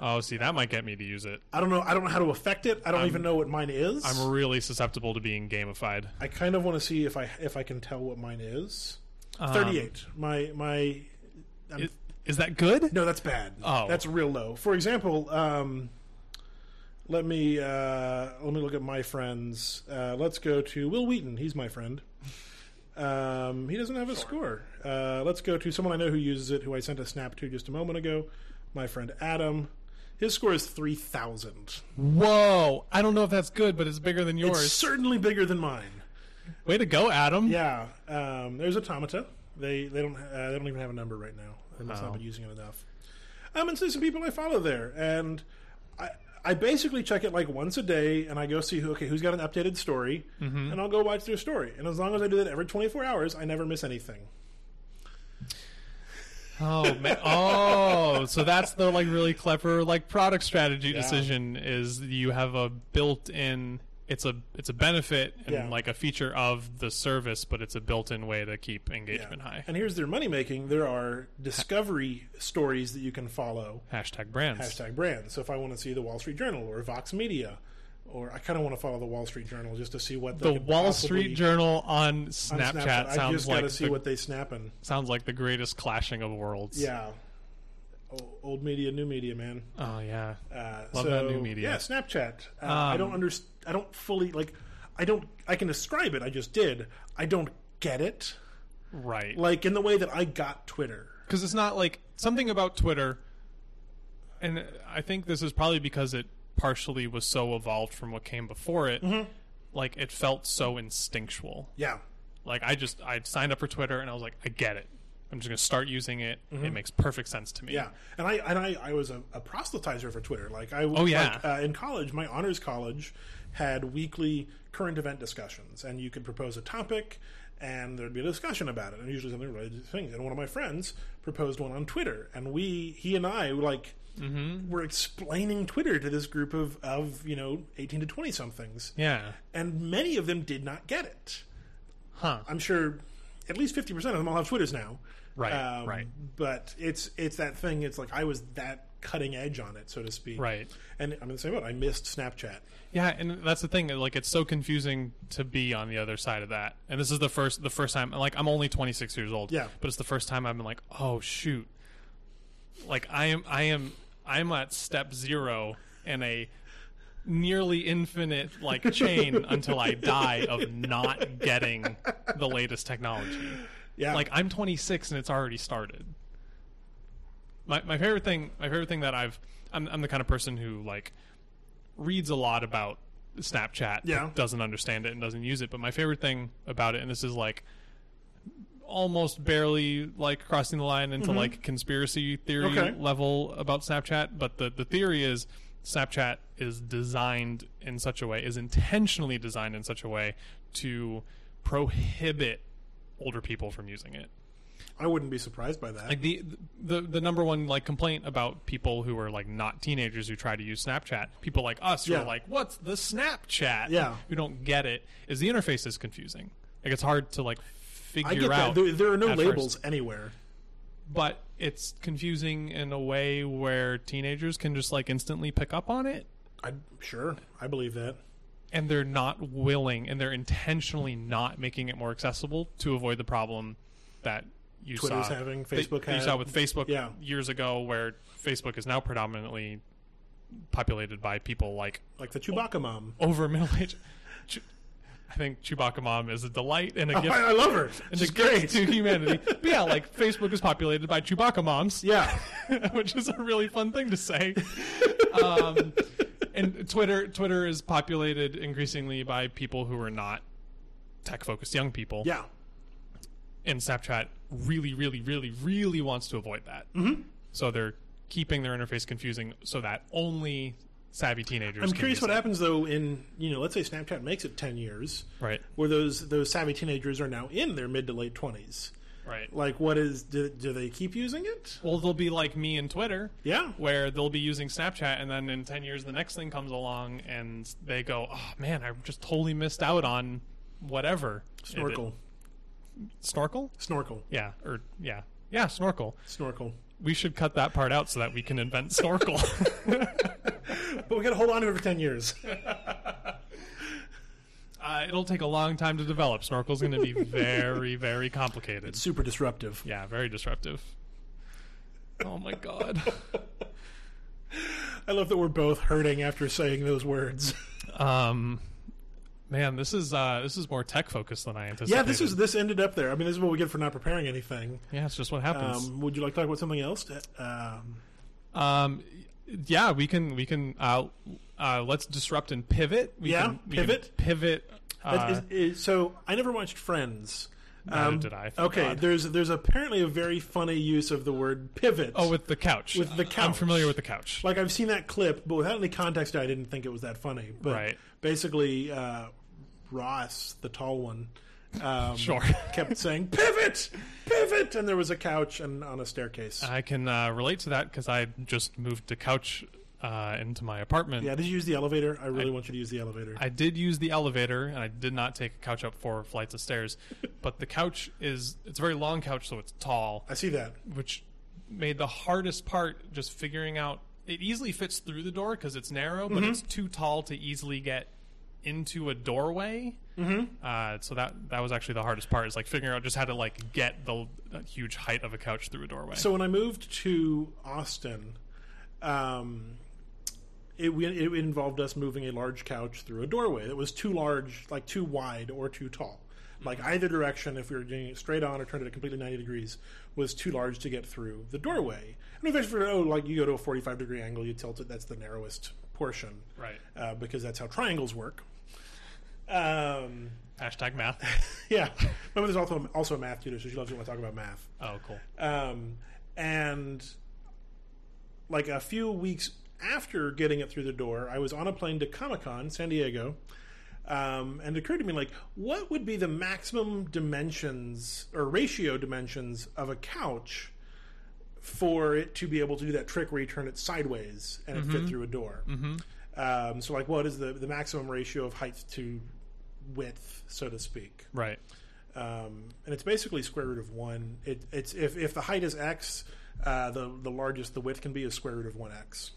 Oh, see, that might get me to use it. I don't know. I don't know how to affect it. I don't even know what mine is. I'm really susceptible to being gamified. I kind of want to see if I if I can tell what mine is. Um, Thirty eight. My my. I'm- Is, is that good? no, that's bad. Oh. that's real low. For example, um, let me uh, let me look at my friends. Uh, let's go to Will Wheaton. He's my friend. Um, he doesn't have a score. Uh, let's go to someone I know who uses it, who I sent a snap to just a moment ago. My friend Adam. His score is three thousand. Whoa! I don't know if that's good, but it's bigger than yours. Certainly bigger than mine. Way to go, Adam. Yeah, um, there's Automata. They they don't uh, they don't even have a number right now. They must not Oh. been using it enough. Um, and so some people I follow there, and I I basically check it like once a day, and I go see who okay who's got an updated story, Mm-hmm. and I'll go watch their story. And as long as I do that every 24 hours, I never miss anything. Oh man. Oh, so that's the like really clever like product strategy decision is you have a built-in. It's a it's a benefit and Yeah. like a feature of the service, but it's a built-in way to keep engagement high. And here's their money making. There are discovery stories that you can follow. Hashtag brands. Hashtag brands. So if I want to see the Wall Street Journal or Vox Media, or I kind of want to follow the Wall Street Journal just to see what they The could Wall possibly- Street Journal on on Snapchat, I sounds just gotta like see the, what they snapping. sounds like the greatest clashing of worlds. Yeah, O- old media, new media, man. Oh yeah. Uh, Love so, that new media. Um, Yeah, Snapchat. Uh, I don't understand. I don't fully like. I don't. I can describe it. I just did. I don't get it. Right. Like in the way that I got Twitter. because it's not like something about Twitter, and I think this is probably because it partially was so evolved from what came before it. Like it felt so instinctual. Yeah. Like I just I signed up for Twitter and I was like, I get it. I'm just gonna start using it. It makes perfect sense to me. Yeah, and I and I, I was a, a proselytizer for Twitter. Like I, Oh, yeah. like, uh, in college, my honors college had weekly current event discussions, and you could propose a topic, and there'd be a discussion about it, and usually something related to things. And one of my friends proposed one on Twitter, and we, he and I, like. Mm-hmm. were explaining Twitter to this group of, of you know eighteen to twenty somethings, Yeah. and many of them did not get it. Huh. I'm sure at least fifty percent of them all have Twitters now. Right, right. But it's it's that thing. It's like I was that cutting edge on it, so to speak. Right. And I'm in the same boat. I missed Snapchat. Yeah, and that's the thing. Like, it's so confusing to be on the other side of that. And this is the first, the first time. Like, I'm only 26 years old. Yeah. But it's the first time I've been like, oh shoot. Like I am, I am, I'm at step zero in a nearly infinite like chain until I die of not getting the latest technology. Yeah. Like I'm 26 and it's already started. My my favorite thing, my favorite thing that I've, I'm I'm the kind of person who like reads a lot about Snapchat. but Yeah. Doesn't understand it and doesn't use it. But my favorite thing about it, and this is like almost barely like crossing the line into like conspiracy theory Mm-hmm. Okay. level about Snapchat, but the, the theory is Snapchat is designed in such a way, is intentionally designed in such a way to prohibit older people from using it. I wouldn't be surprised by that. Like the the the number one like complaint about people who are like not teenagers who try to use Snapchat, people like us who Yeah. are like, what's the Snapchat? Yeah. who don't get it is the interface is confusing. Like it's hard to like figure I get out. that. There, there are no at first labels anywhere. but it's confusing in a way where teenagers can just like instantly pick up on it I sure. I believe that. and they're not willing and they're intentionally not making it more accessible to avoid the problem that you Twitter's saw having, that- Facebook that you had. saw with Facebook Yeah. years ago where Facebook is now predominantly populated by people like Like the Chewbacca mom. over middle age Ch- I think Chewbacca mom is a delight and a gift I, I love her. and Oh, She's a gift great. to humanity. But yeah, like Facebook is populated by Chewbacca moms. Yeah. which is a really fun thing to say. um, and Twitter Twitter is populated increasingly by people who are not tech focused young people. Yeah. And Snapchat really, really, really, really wants to avoid that. Mm-hmm. So they're keeping their interface confusing so that only savvy teenagers. I'm can curious use what it. happens though in you know, let's say Snapchat makes it ten years. Right. Where those those savvy teenagers are now in their mid to late twenties. Right. Like what is do, do they keep using it? Well, they'll be like me and Twitter. Yeah. where they'll be using Snapchat, and then in 10 years, the next thing comes along, and they go, oh man, I just totally missed out on whatever. Snorkel. It- snorkel? Snorkel. Yeah, or yeah. Yeah, snorkel. Snorkel. We should cut that part out so that we can invent snorkel. But we gotta hold on to it for ten years. uh, it'll take a long time to develop. Snorkel's going to be very, very complicated. Super disruptive. Yeah, very disruptive. Oh my god. I love that we're both hurting after saying those words. Um, man, this is uh, this is more tech focused than I anticipated. yeah, this is this ended up there. I mean, this is what we get for not preparing anything. yeah, it's just what happens. Um, would you like to talk about something else? Um, Um, yeah, we can we can uh, uh, let's disrupt and pivot. We Yeah, can, we can pivot. pivot. Uh, is- is- so I never watched Friends. Um, Neither did I, thank okay, God. there's there's apparently a very funny use of the word pivot. oh, with the couch. with the I'm couch. familiar with the couch. like I've seen that clip, but without any context, I didn't think it was that funny. But Right. basically, uh, Ross, the tall one, um, Sure. kept saying pivot, pivot, and there was a couch and on a staircase. I can uh, relate to that because I just moved the couch uh, into my apartment. yeah, did you use the elevator? I really want you to use the elevator. I did use the elevator, and I did not take a couch up four flights of stairs. but the couch is it's a very long couch, so it's tall. I see that. which made the hardest part just figuring out it easily fits through the door because it's narrow Mm-hmm. but it's too tall to easily get into a doorway mm-hmm. uh, so that that was actually the hardest part is like figuring out just how to like get the uh, huge height of a couch through a doorway So when I moved to Austin, um, it, we- it involved us moving a large couch through a doorway that was too large, like too wide or too tall. Like either direction, if we were doing it straight on or turned it a completely 90 degrees, was too large to get through the doorway. And if you oh, like you go to a 45 degree angle, you tilt it, that's the narrowest portion. right Uh, because that's how triangles work. Um, hashtag math yeah. Remember, there's also, also a math tutor, so she loves it when I talk about math oh cool um, and like a few weeks after getting it through the door, I was on a plane to Comic Con San Diego, um, and it occurred to me like, what would be the maximum dimensions or ratio dimensions of a couch for it to be able to do that trick where you turn it sideways and it fit through a door? Um, so like, what is the the maximum ratio of height to width, so to speak? right um, and it's basically square root of one. It, it's if, if the height is x, Uh, the the largest the width can be is square root of one x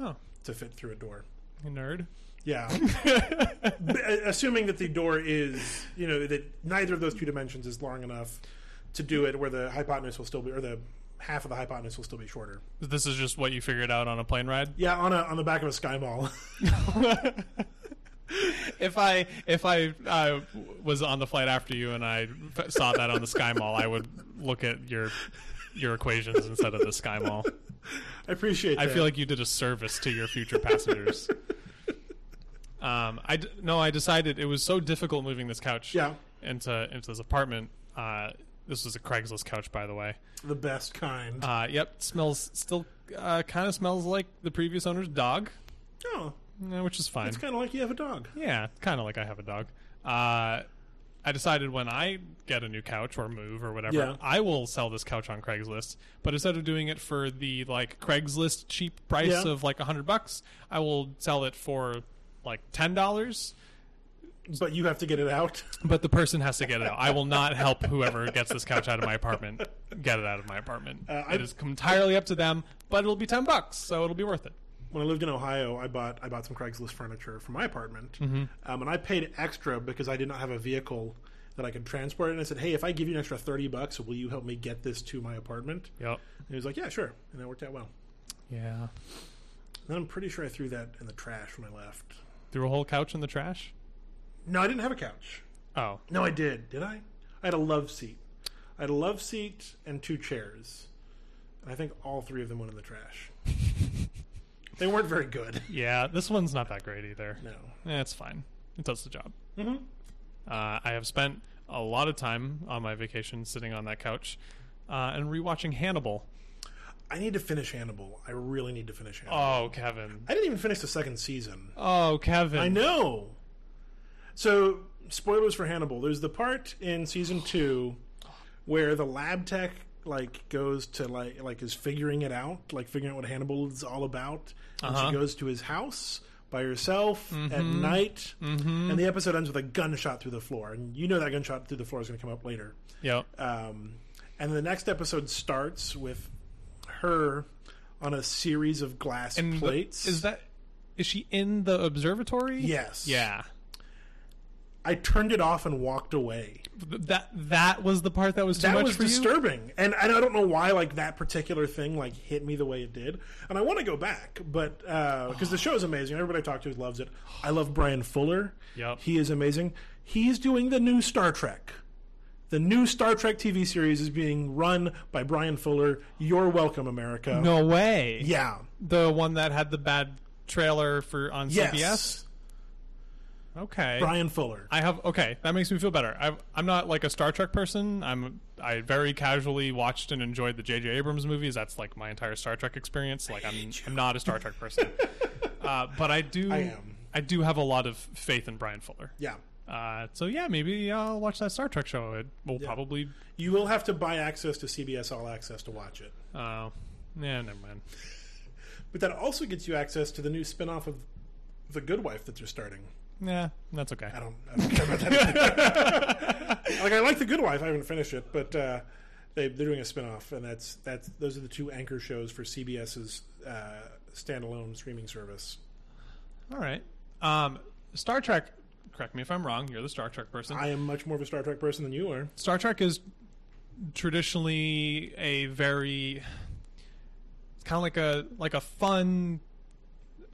Oh, to fit through a door. you nerd. Yeah, B- assuming that the door is you know that neither of those two dimensions is long enough to do it where the hypotenuse will still be or the half of the hypotenuse will still be shorter. This is just what you figured out on a plane ride. Yeah, on a on the back of a sky mall. If I if I uh, was on the flight after you and I f- saw that on the Sky Mall, I would look at your your equations instead of the Sky Mall. I appreciate. I that. feel like you did a service to your future passengers. um, I d- no, I decided it was so difficult moving this couch Yeah. into into this apartment. Uh, this was a Craigslist couch, by the way. the best kind. Uh, yep, smells still uh, kind of smells like the previous owner's dog, oh, eh, which is fine. it's kind of like you have a dog. Yeah, kind of like I have a dog. Uh, I decided when I get a new couch or move or whatever, Yeah. I will sell this couch on Craigslist. But instead of doing it for the like Craigslist cheap price Yeah. of like a hundred bucks, I will sell it for like ten dollars. But you have to get it out. But the person has to get it out. I will not help whoever gets this couch out of my apartment get it out of my apartment. Uh, I- it is entirely up to them. But it'll be ten bucks, so it'll be worth it. When I lived in Ohio, I bought I bought some Craigslist furniture for my apartment, um, and I paid extra because I did not have a vehicle that I could transport. And I said, "Hey, if I give you an extra thirty bucks, will you help me get this to my apartment?" Yep. And he was like, "Yeah, sure," and that worked out well. Yeah. And then I'm pretty sure I threw that in the trash when I left. Threw a whole couch in the trash. No, I didn't have a couch. Oh, No, I did. Did I? I had a love seat. I had a love seat and two chairs. And I think all three of them went in the trash. they weren't very good. yeah. This one's not that great either. No. Eh, it's fine. It does the job. Mm-hmm. Uh, I have spent a lot of time on my vacation sitting on that couch uh, and rewatching Hannibal. I need to finish Hannibal. I really need to finish Hannibal. Oh, Kevin. I didn't even finish the second season. Oh, Kevin. I know. So, spoilers for Hannibal. There's the part in season two where the lab tech like goes to like like is figuring it out, like figuring out what Hannibal is all about, and Uh-huh. Mm-hmm. she goes to his house by herself at night, and the episode ends with a gunshot through the floor, and you know that gunshot through the floor is going to come up later. Yep. Um, and the next episode starts with her on a series of glass And the- plates. Is that? Is she in the observatory? yes? Yeah. I turned it off and walked away. Th- That that was the part that was too that much was for you? disturbing, and I don't know why like that particular thing like hit me the way it did. And I want to go back, but because the show is amazing, everybody I talk to loves it. I love Brian Fuller. Yep. he is amazing. He's doing the new Star Trek. The new Star Trek TV series is being run by Brian Fuller. You're welcome, America. No way. Yeah. The one that had the bad trailer for on Yes. CBS. Okay. Brian Fuller. I have okay. That makes me feel better. I, I'm not like a Star Trek person. I'm I very casually watched and enjoyed the J.J. Abrams movies. That's like my entire Star Trek experience. Like I'm I'm not a Star Trek person, uh, but I do I am. I do have a lot of faith in Brian Fuller. yeah. Uh, so yeah, maybe I'll watch that Star Trek show. It will probably. You will have to buy access to CBS All Access to watch it. Uh, yeah, never mind. But that also gets you access to the new spin-off of The Good Wife that they're starting. Yeah, that's okay. I don't, I don't care about that. like I like The Good Wife, I haven't finished it, but uh, they, they're doing a spin-off and that's that's those are the two anchor shows for CBS's uh, standalone streaming service. All right. Um, Star Trek. Correct me if I'm wrong. You're the Star Trek person. I am much more of a Star Trek person than you are. Star Trek is traditionally a very it's kind of like a like a fun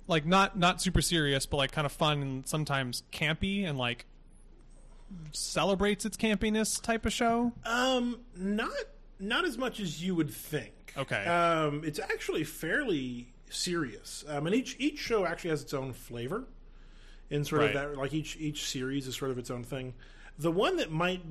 like not not super serious but like kind of fun and sometimes campy and like celebrates its campiness type of show. Um, not not as much as you would think. Okay. Um, it's actually fairly serious. Um, and each each show actually has its own flavor, in sort Right. of that like each each series is sort of its own thing. The one that might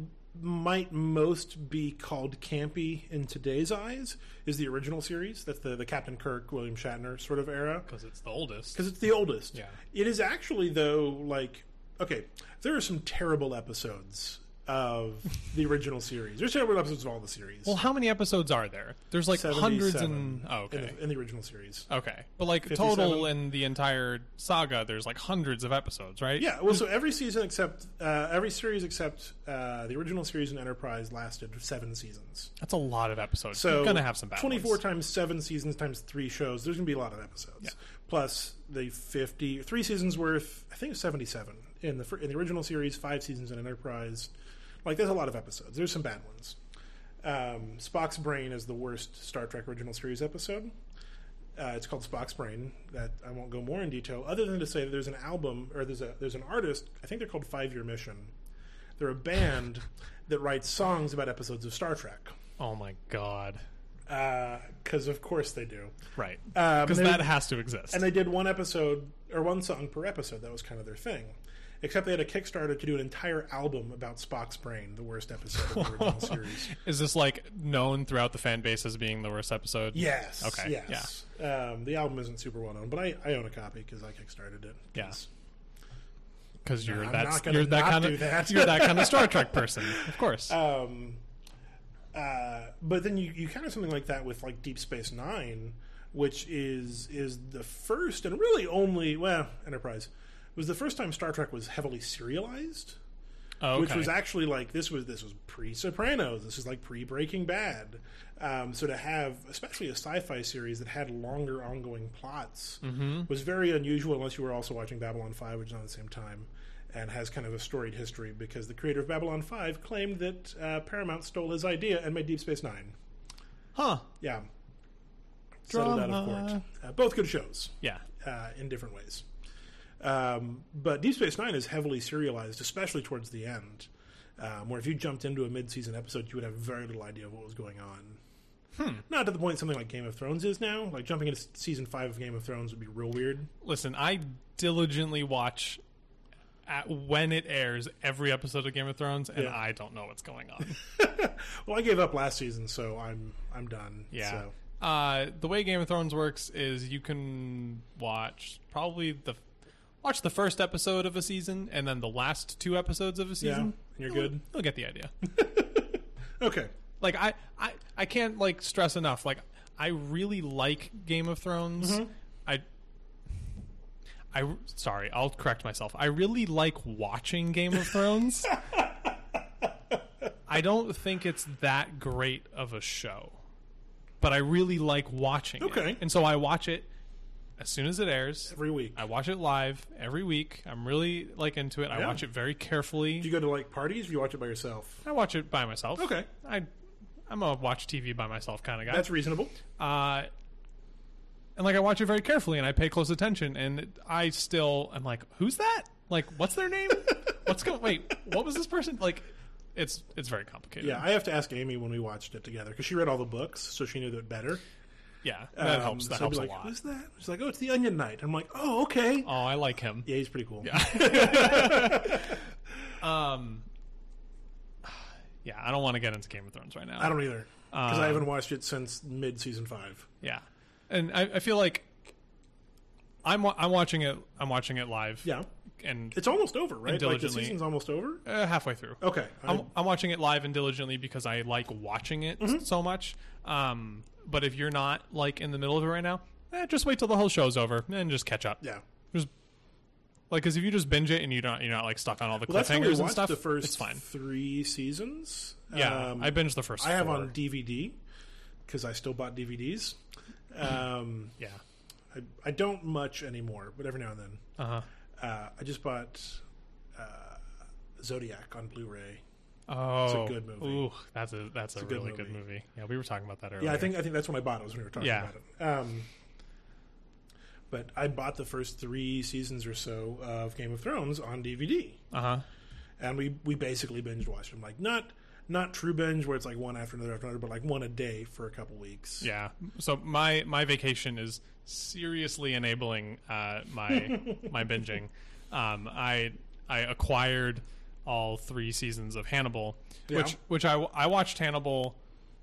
might most be called campy in today's eyes is the original series. That's the the Captain Kirk, William Shatner sort of era Cuz it's the oldest. because it's the oldest. Yeah. It is actually though like okay, there are some terrible episodes of the original series. There's several episodes of all the series. Well, how many episodes are there? There's like hundreds and 77 oh, okay. in the, in the original series. Okay, but like 57? total in the entire saga, there's like hundreds of episodes, right? Yeah, well, so every season except uh, every series except uh, the original series and Enterprise lasted seven seasons. that's a lot of episodes. So You're gonna have some bad Twenty-four ones. times seven seasons times three shows. There's gonna be a lot of episodes. Plus the fifty three seasons worth. I think it's seventy-seven in the fir- in the original series. Five seasons in Enterprise. Like there's a lot of episodes. There's some bad ones. Um, Spock's brain is the worst Star Trek original series episode. Uh, it's called Spock's Brain. That I won't go more in detail, other than to say that there's an album or there's a there's an artist. I think they're called Five Year Mission. They're a band that writes songs about episodes of Star Trek. Oh my god! Because Uh, of course they do. Right, Um, because they- that has to exist. And they did one episode or one song per episode. That was kind of their thing. Except they had a Kickstarter to do an entire album about Spock's brain, the worst episode of the original series. Is this like known throughout the fan base as being the worst episode? Yes. Okay, Yes. Um, the album isn't super well known, but I, I own a copy because I kickstarted it. Yeah. 'Cause because you're I'm that not gonna you're that not kind do of that. you're that kind of Star Trek person, of course. um, uh, but then you, you kind of something like that with like Deep Space Nine, which is is the first and really only well Enterprise was the first time Star Trek was heavily serialized, okay. which was actually like this was this was pre Sopranos, this is like pre Breaking Bad. Um, so to have especially a sci-fi series that had longer ongoing plots Mm-hmm. was very unusual, unless you were also watching Babylon Five, which is on the same time. And has kind of a storied history because the creator of Babylon 5 claimed that uh, Paramount stole his idea and made Deep Space Nine. huh? Yeah. Settled out of court. Drama. Uh, both good shows Yeah. uh, in different ways. Um, but Deep Space Nine is heavily serialized, especially towards the end, um, where if you jumped into a mid-season episode, you would have very little idea of what was going on. Not to the point something like Game of Thrones is now. Like jumping into s- season five of Game of Thrones would be real weird. Listen, I diligently watch at when it airs every episode of Game of Thrones, and Yeah. I don't know what's going on. Well, I gave up last season, so I'm I'm done. Yeah. So. Uh, the way Game of Thrones works is you can watch probably the watch the first episode of a season and then the last two episodes of a Yeah, season. you're You'll- good. You'll get the idea. Okay, like I, I I can't like stress enough. Like I really like Game of Thrones. Mm-hmm. I I sorry, I'll correct myself. I really like watching Game of Thrones. I don't think it's that great of a show. But I really like watching it. Okay. And so I watch it as soon as it airs. every week. I watch it live every week. I'm really like into it. I Yeah. watch it very carefully. Do you go to like parties? Or you watch it by yourself? I watch it by myself. Okay. I I'm a watch TV by myself kind of guy. That's reasonable. uh, and like I watch it very carefully and I pay close attention and it- I still I'm like, who's that? Like, what's their name? What's going? Wait, what was this person? Like, it's it's very complicated. Yeah, I have to ask Amy when we watched it together because she read all the books, so she knew that better. yeah, that Um, helps. That so I'd helps be like, a lot. Who's that? She's like, oh, it's the Onion Knight. I'm like, oh, okay. Oh, I like him. Yeah, he's pretty cool. Um, yeah, I don't want to get into Game of Thrones right now. I don't either because I Um, haven't watched it since mid season five. Yeah, and I, I feel like I'm wa- I'm watching it. I'm watching it live. Yeah, and it's almost over, right? Like the Diligently. Um, season's almost over. uh, halfway through. Okay, I- Mm-hmm. I'm, I'm watching it live and diligently because I like watching it so much. Um, but if you're not like in the middle of it right now, eh, just wait till the whole show's over and just catch up. yeah. Just like because if you just binge it and you're not you're not like stuck on all the Well, that's how we cliffhangers and watched stuff, the first it's fine. three seasons. Yeah, Um, I binged the first. I have four. on DVD because I still bought DVDs. Um, Yeah. I, I don't much anymore, but every now and then. Uh huh. Uh, I just bought uh, Zodiac on Blu-ray. Oh, good movie. Ooh, that's a that's a, good really good movie. movie. Yeah, we were talking about that earlier. Yeah, I think I think that's when I bought it was when we were talking Yeah. about it. Um, but I bought the first three seasons or so of Game of Thrones on DVD, Uh huh. and we we basically binge watched them. Like not not true binge where it's like one after another after another, but like one a day for a couple weeks. Yeah. So my my vacation is seriously enabling uh, my my binging. Um, I I acquired all three seasons of Hannibal, Yeah. which which I I watched Hannibal.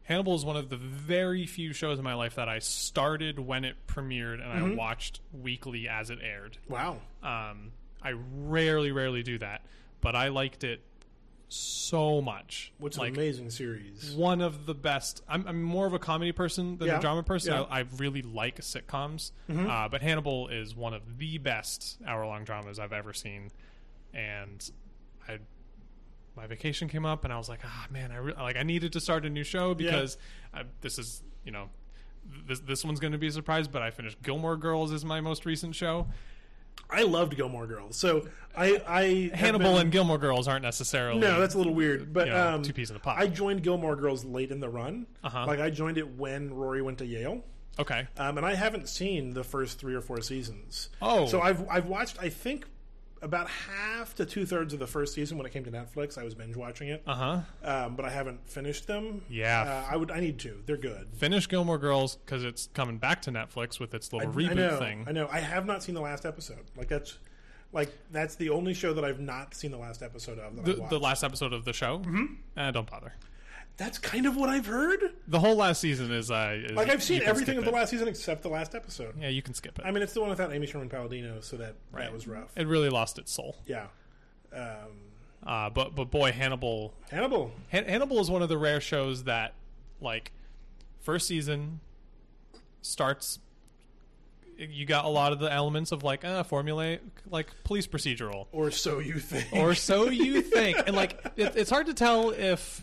Hannibal is one of the very few shows in my life that I started when it premiered and I watched weekly as it aired. Wow. Um, I rarely, rarely do that, but I liked it so much. Which is like an amazing series. one of the best. I'm, I'm more of a comedy person than Yeah, a drama person. yeah. Mm-hmm. I, I really like sitcoms, uh, but Hannibal is one of the best hour-long dramas I've ever seen. And I, my vacation came up, and I was like, ah, man, I re- like I needed to start a new show because I, this is you know this this one's going to be a surprise. But I finished Gilmore Girls is my most recent show. I loved Gilmore Girls, so I, I have Hannibal been- and Gilmore Girls aren't necessarily No, that's a little weird. But you know, um, two peas in a pod. I joined Gilmore Girls late in the run. Uh-huh. Like I joined it when Rory went to Yale, okay. um, and I haven't seen the first three or four seasons. Oh. so I've I've watched I think about half to two thirds of the first season when it came to Netflix. I was binge watching it, Uh huh. um, but I haven't finished them. Yeah. uh, I would. I need to. They're good. finish Gilmore Girls because it's coming back to Netflix with its little reboot I know, thing. I know. I have not seen the last episode. Like that's like that's the only show that I've not seen the last episode of. That I the, watched. the last episode of the show, mm-hmm. uh, don't bother. that's kind of what I've heard. The whole last season is, uh, is- Like you I've seen can everything skip of the it. last season except the last episode. Yeah, you can skip it. I mean, it's the one without Amy Sherman Palladino, so that Right. that was rough. it really lost its soul. yeah, um, Uh, but but boy, Hannibal Hannibal. Han- Hannibal is one of the rare shows that like first season starts. You got a lot of the elements of like uh, formulaic like police procedural. Or so you think. or so you think. And like, it, it's hard to tell if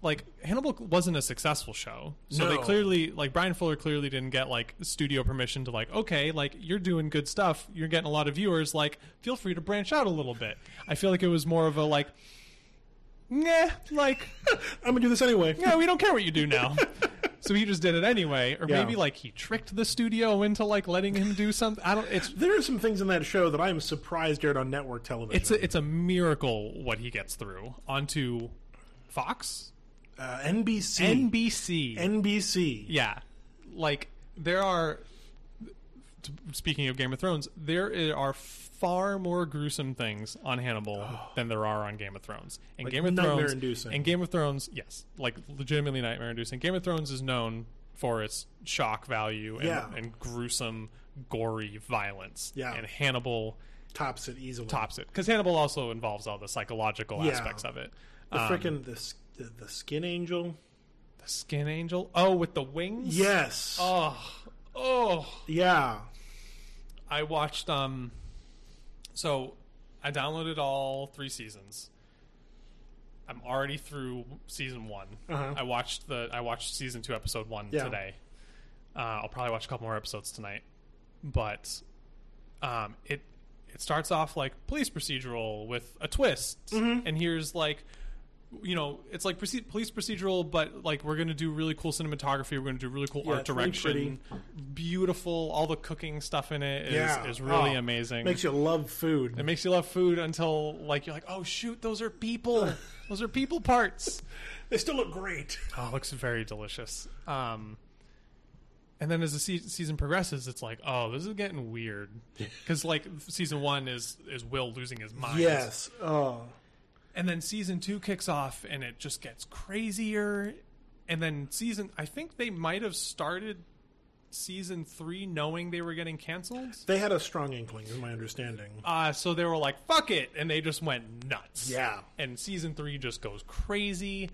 like Hannibal wasn't a successful show, so they No. clearly like Brian Fuller clearly didn't get like studio permission to like, okay, like you're doing good stuff, you're getting a lot of viewers, like feel free to branch out a little bit. I feel like it was more of a like. Nah, like, I'm gonna do this anyway. yeah, we don't care what you do now. So he just did it anyway, or Yeah. maybe like he tricked the studio into like letting him do something. I don't. It's There are some things in that show that I am surprised aired on network television. It's a, it's a miracle what he gets through onto Fox, uh, NBC. NBC. NBC. yeah, like there are. t- Speaking of Game of Thrones, there i- are far more gruesome things on Hannibal Oh. than there are on Game of Thrones. And Game of Thrones, nightmare-inducing. and Game of Thrones, yes, like legitimately nightmare-inducing. Game of Thrones is known for its shock value and, Yeah. and gruesome, gory violence. Yeah. and Hannibal Tops it easily. tops it because Hannibal also involves all the psychological Yeah. aspects of it. The Um, frickin' the, s- the the skin angel. the skin angel. Oh, with the wings. Yes. Oh, oh. yeah. I watched. Um. So, I downloaded all three seasons. I'm already through season one. Uh-huh. I watched the. I watched season two, episode one Yeah. today. Uh, I'll probably watch a couple more episodes tonight, but um, it it starts off like police procedural with a twist, Mm-hmm. and here's like you know it's like proce- police procedural, but like we're gonna do really cool cinematography, we're gonna do really cool Yeah, art it's really direction, beautiful. All the cooking stuff in it is Yeah. is really Oh, amazing. Makes you love food. it makes you love food until like you're like, oh shoot, those are people, those are people parts. They still look great. Oh, it looks very delicious. Um, and then as the se- season progresses, it's like, oh, this is getting weird because like season one is is Will losing his mind. Yes. Oh. and then season two kicks off and it just gets crazier. And then season, I think they might have started season three knowing they were getting canceled. They had a strong inkling, is my understanding. Uh, so they were like, fuck it. And they just went nuts. Yeah. And season three just goes crazy.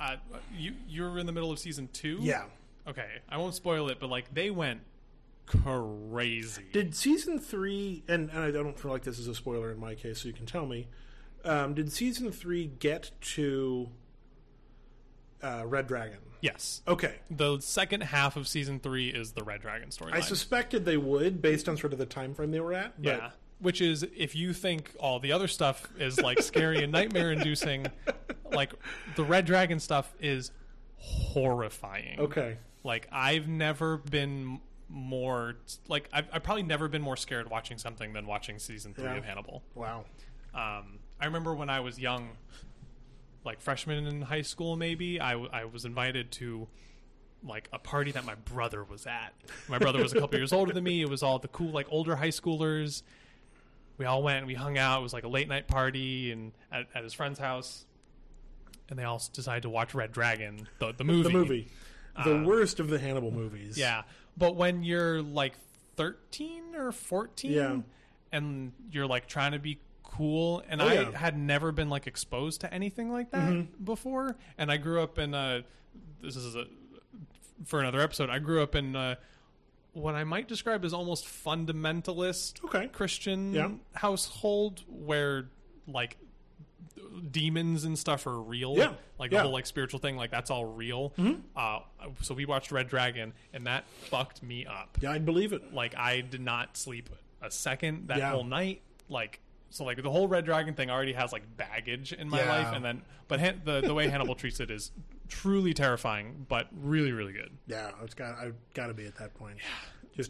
Uh, you, you're in the middle of season two? Yeah. Okay. I won't spoil it, but like they went crazy. Did season three, and, and I don't feel like this is a spoiler in my case, so you can tell me. Um, did season three get to uh, Red Dragon? yes. Okay. The second half of season three is the Red Dragon storyline. I suspected they would based on sort of the time frame they were at. But Yeah. Which is if you think all the other stuff is like scary and nightmare inducing, like the Red Dragon stuff is horrifying. Okay. Like I've never been more like I've, I've probably never been more scared watching something than watching season three Yeah. of Hannibal. Wow. Um, I remember when I was young, like freshman in high school, maybe I, w- I was invited to like a party that my brother was at. My brother was a couple years older than me. It was all the cool like older high schoolers. We all went and we hung out. It was like a late night party and at, at his friend's house. And they all s- decided to watch Red Dragon, the, the movie. Uh, The movie. The worst of the Hannibal movies. Yeah. But when you're like 13 or 14 Yeah. and you're like trying to be cool and Oh, i yeah. Mm-hmm. had never been like exposed to anything like that before and i grew up in uh this is a for another episode i grew up in uh what i might describe as almost fundamentalist Okay. christian Yeah. household where like demons and stuff are real Yeah, like yeah. Mm-hmm. the whole like spiritual thing like that's all real uh so we watched red dragon and that fucked me up Yeah, I'd believe it. like I did not sleep a second that Yeah. whole night. Like so, like the whole Red Dragon thing already has like baggage in my Yeah. life, and then but Han- the the way Hannibal treats it is truly terrifying, but really really good. Yeah, it's got I've got to be at that point.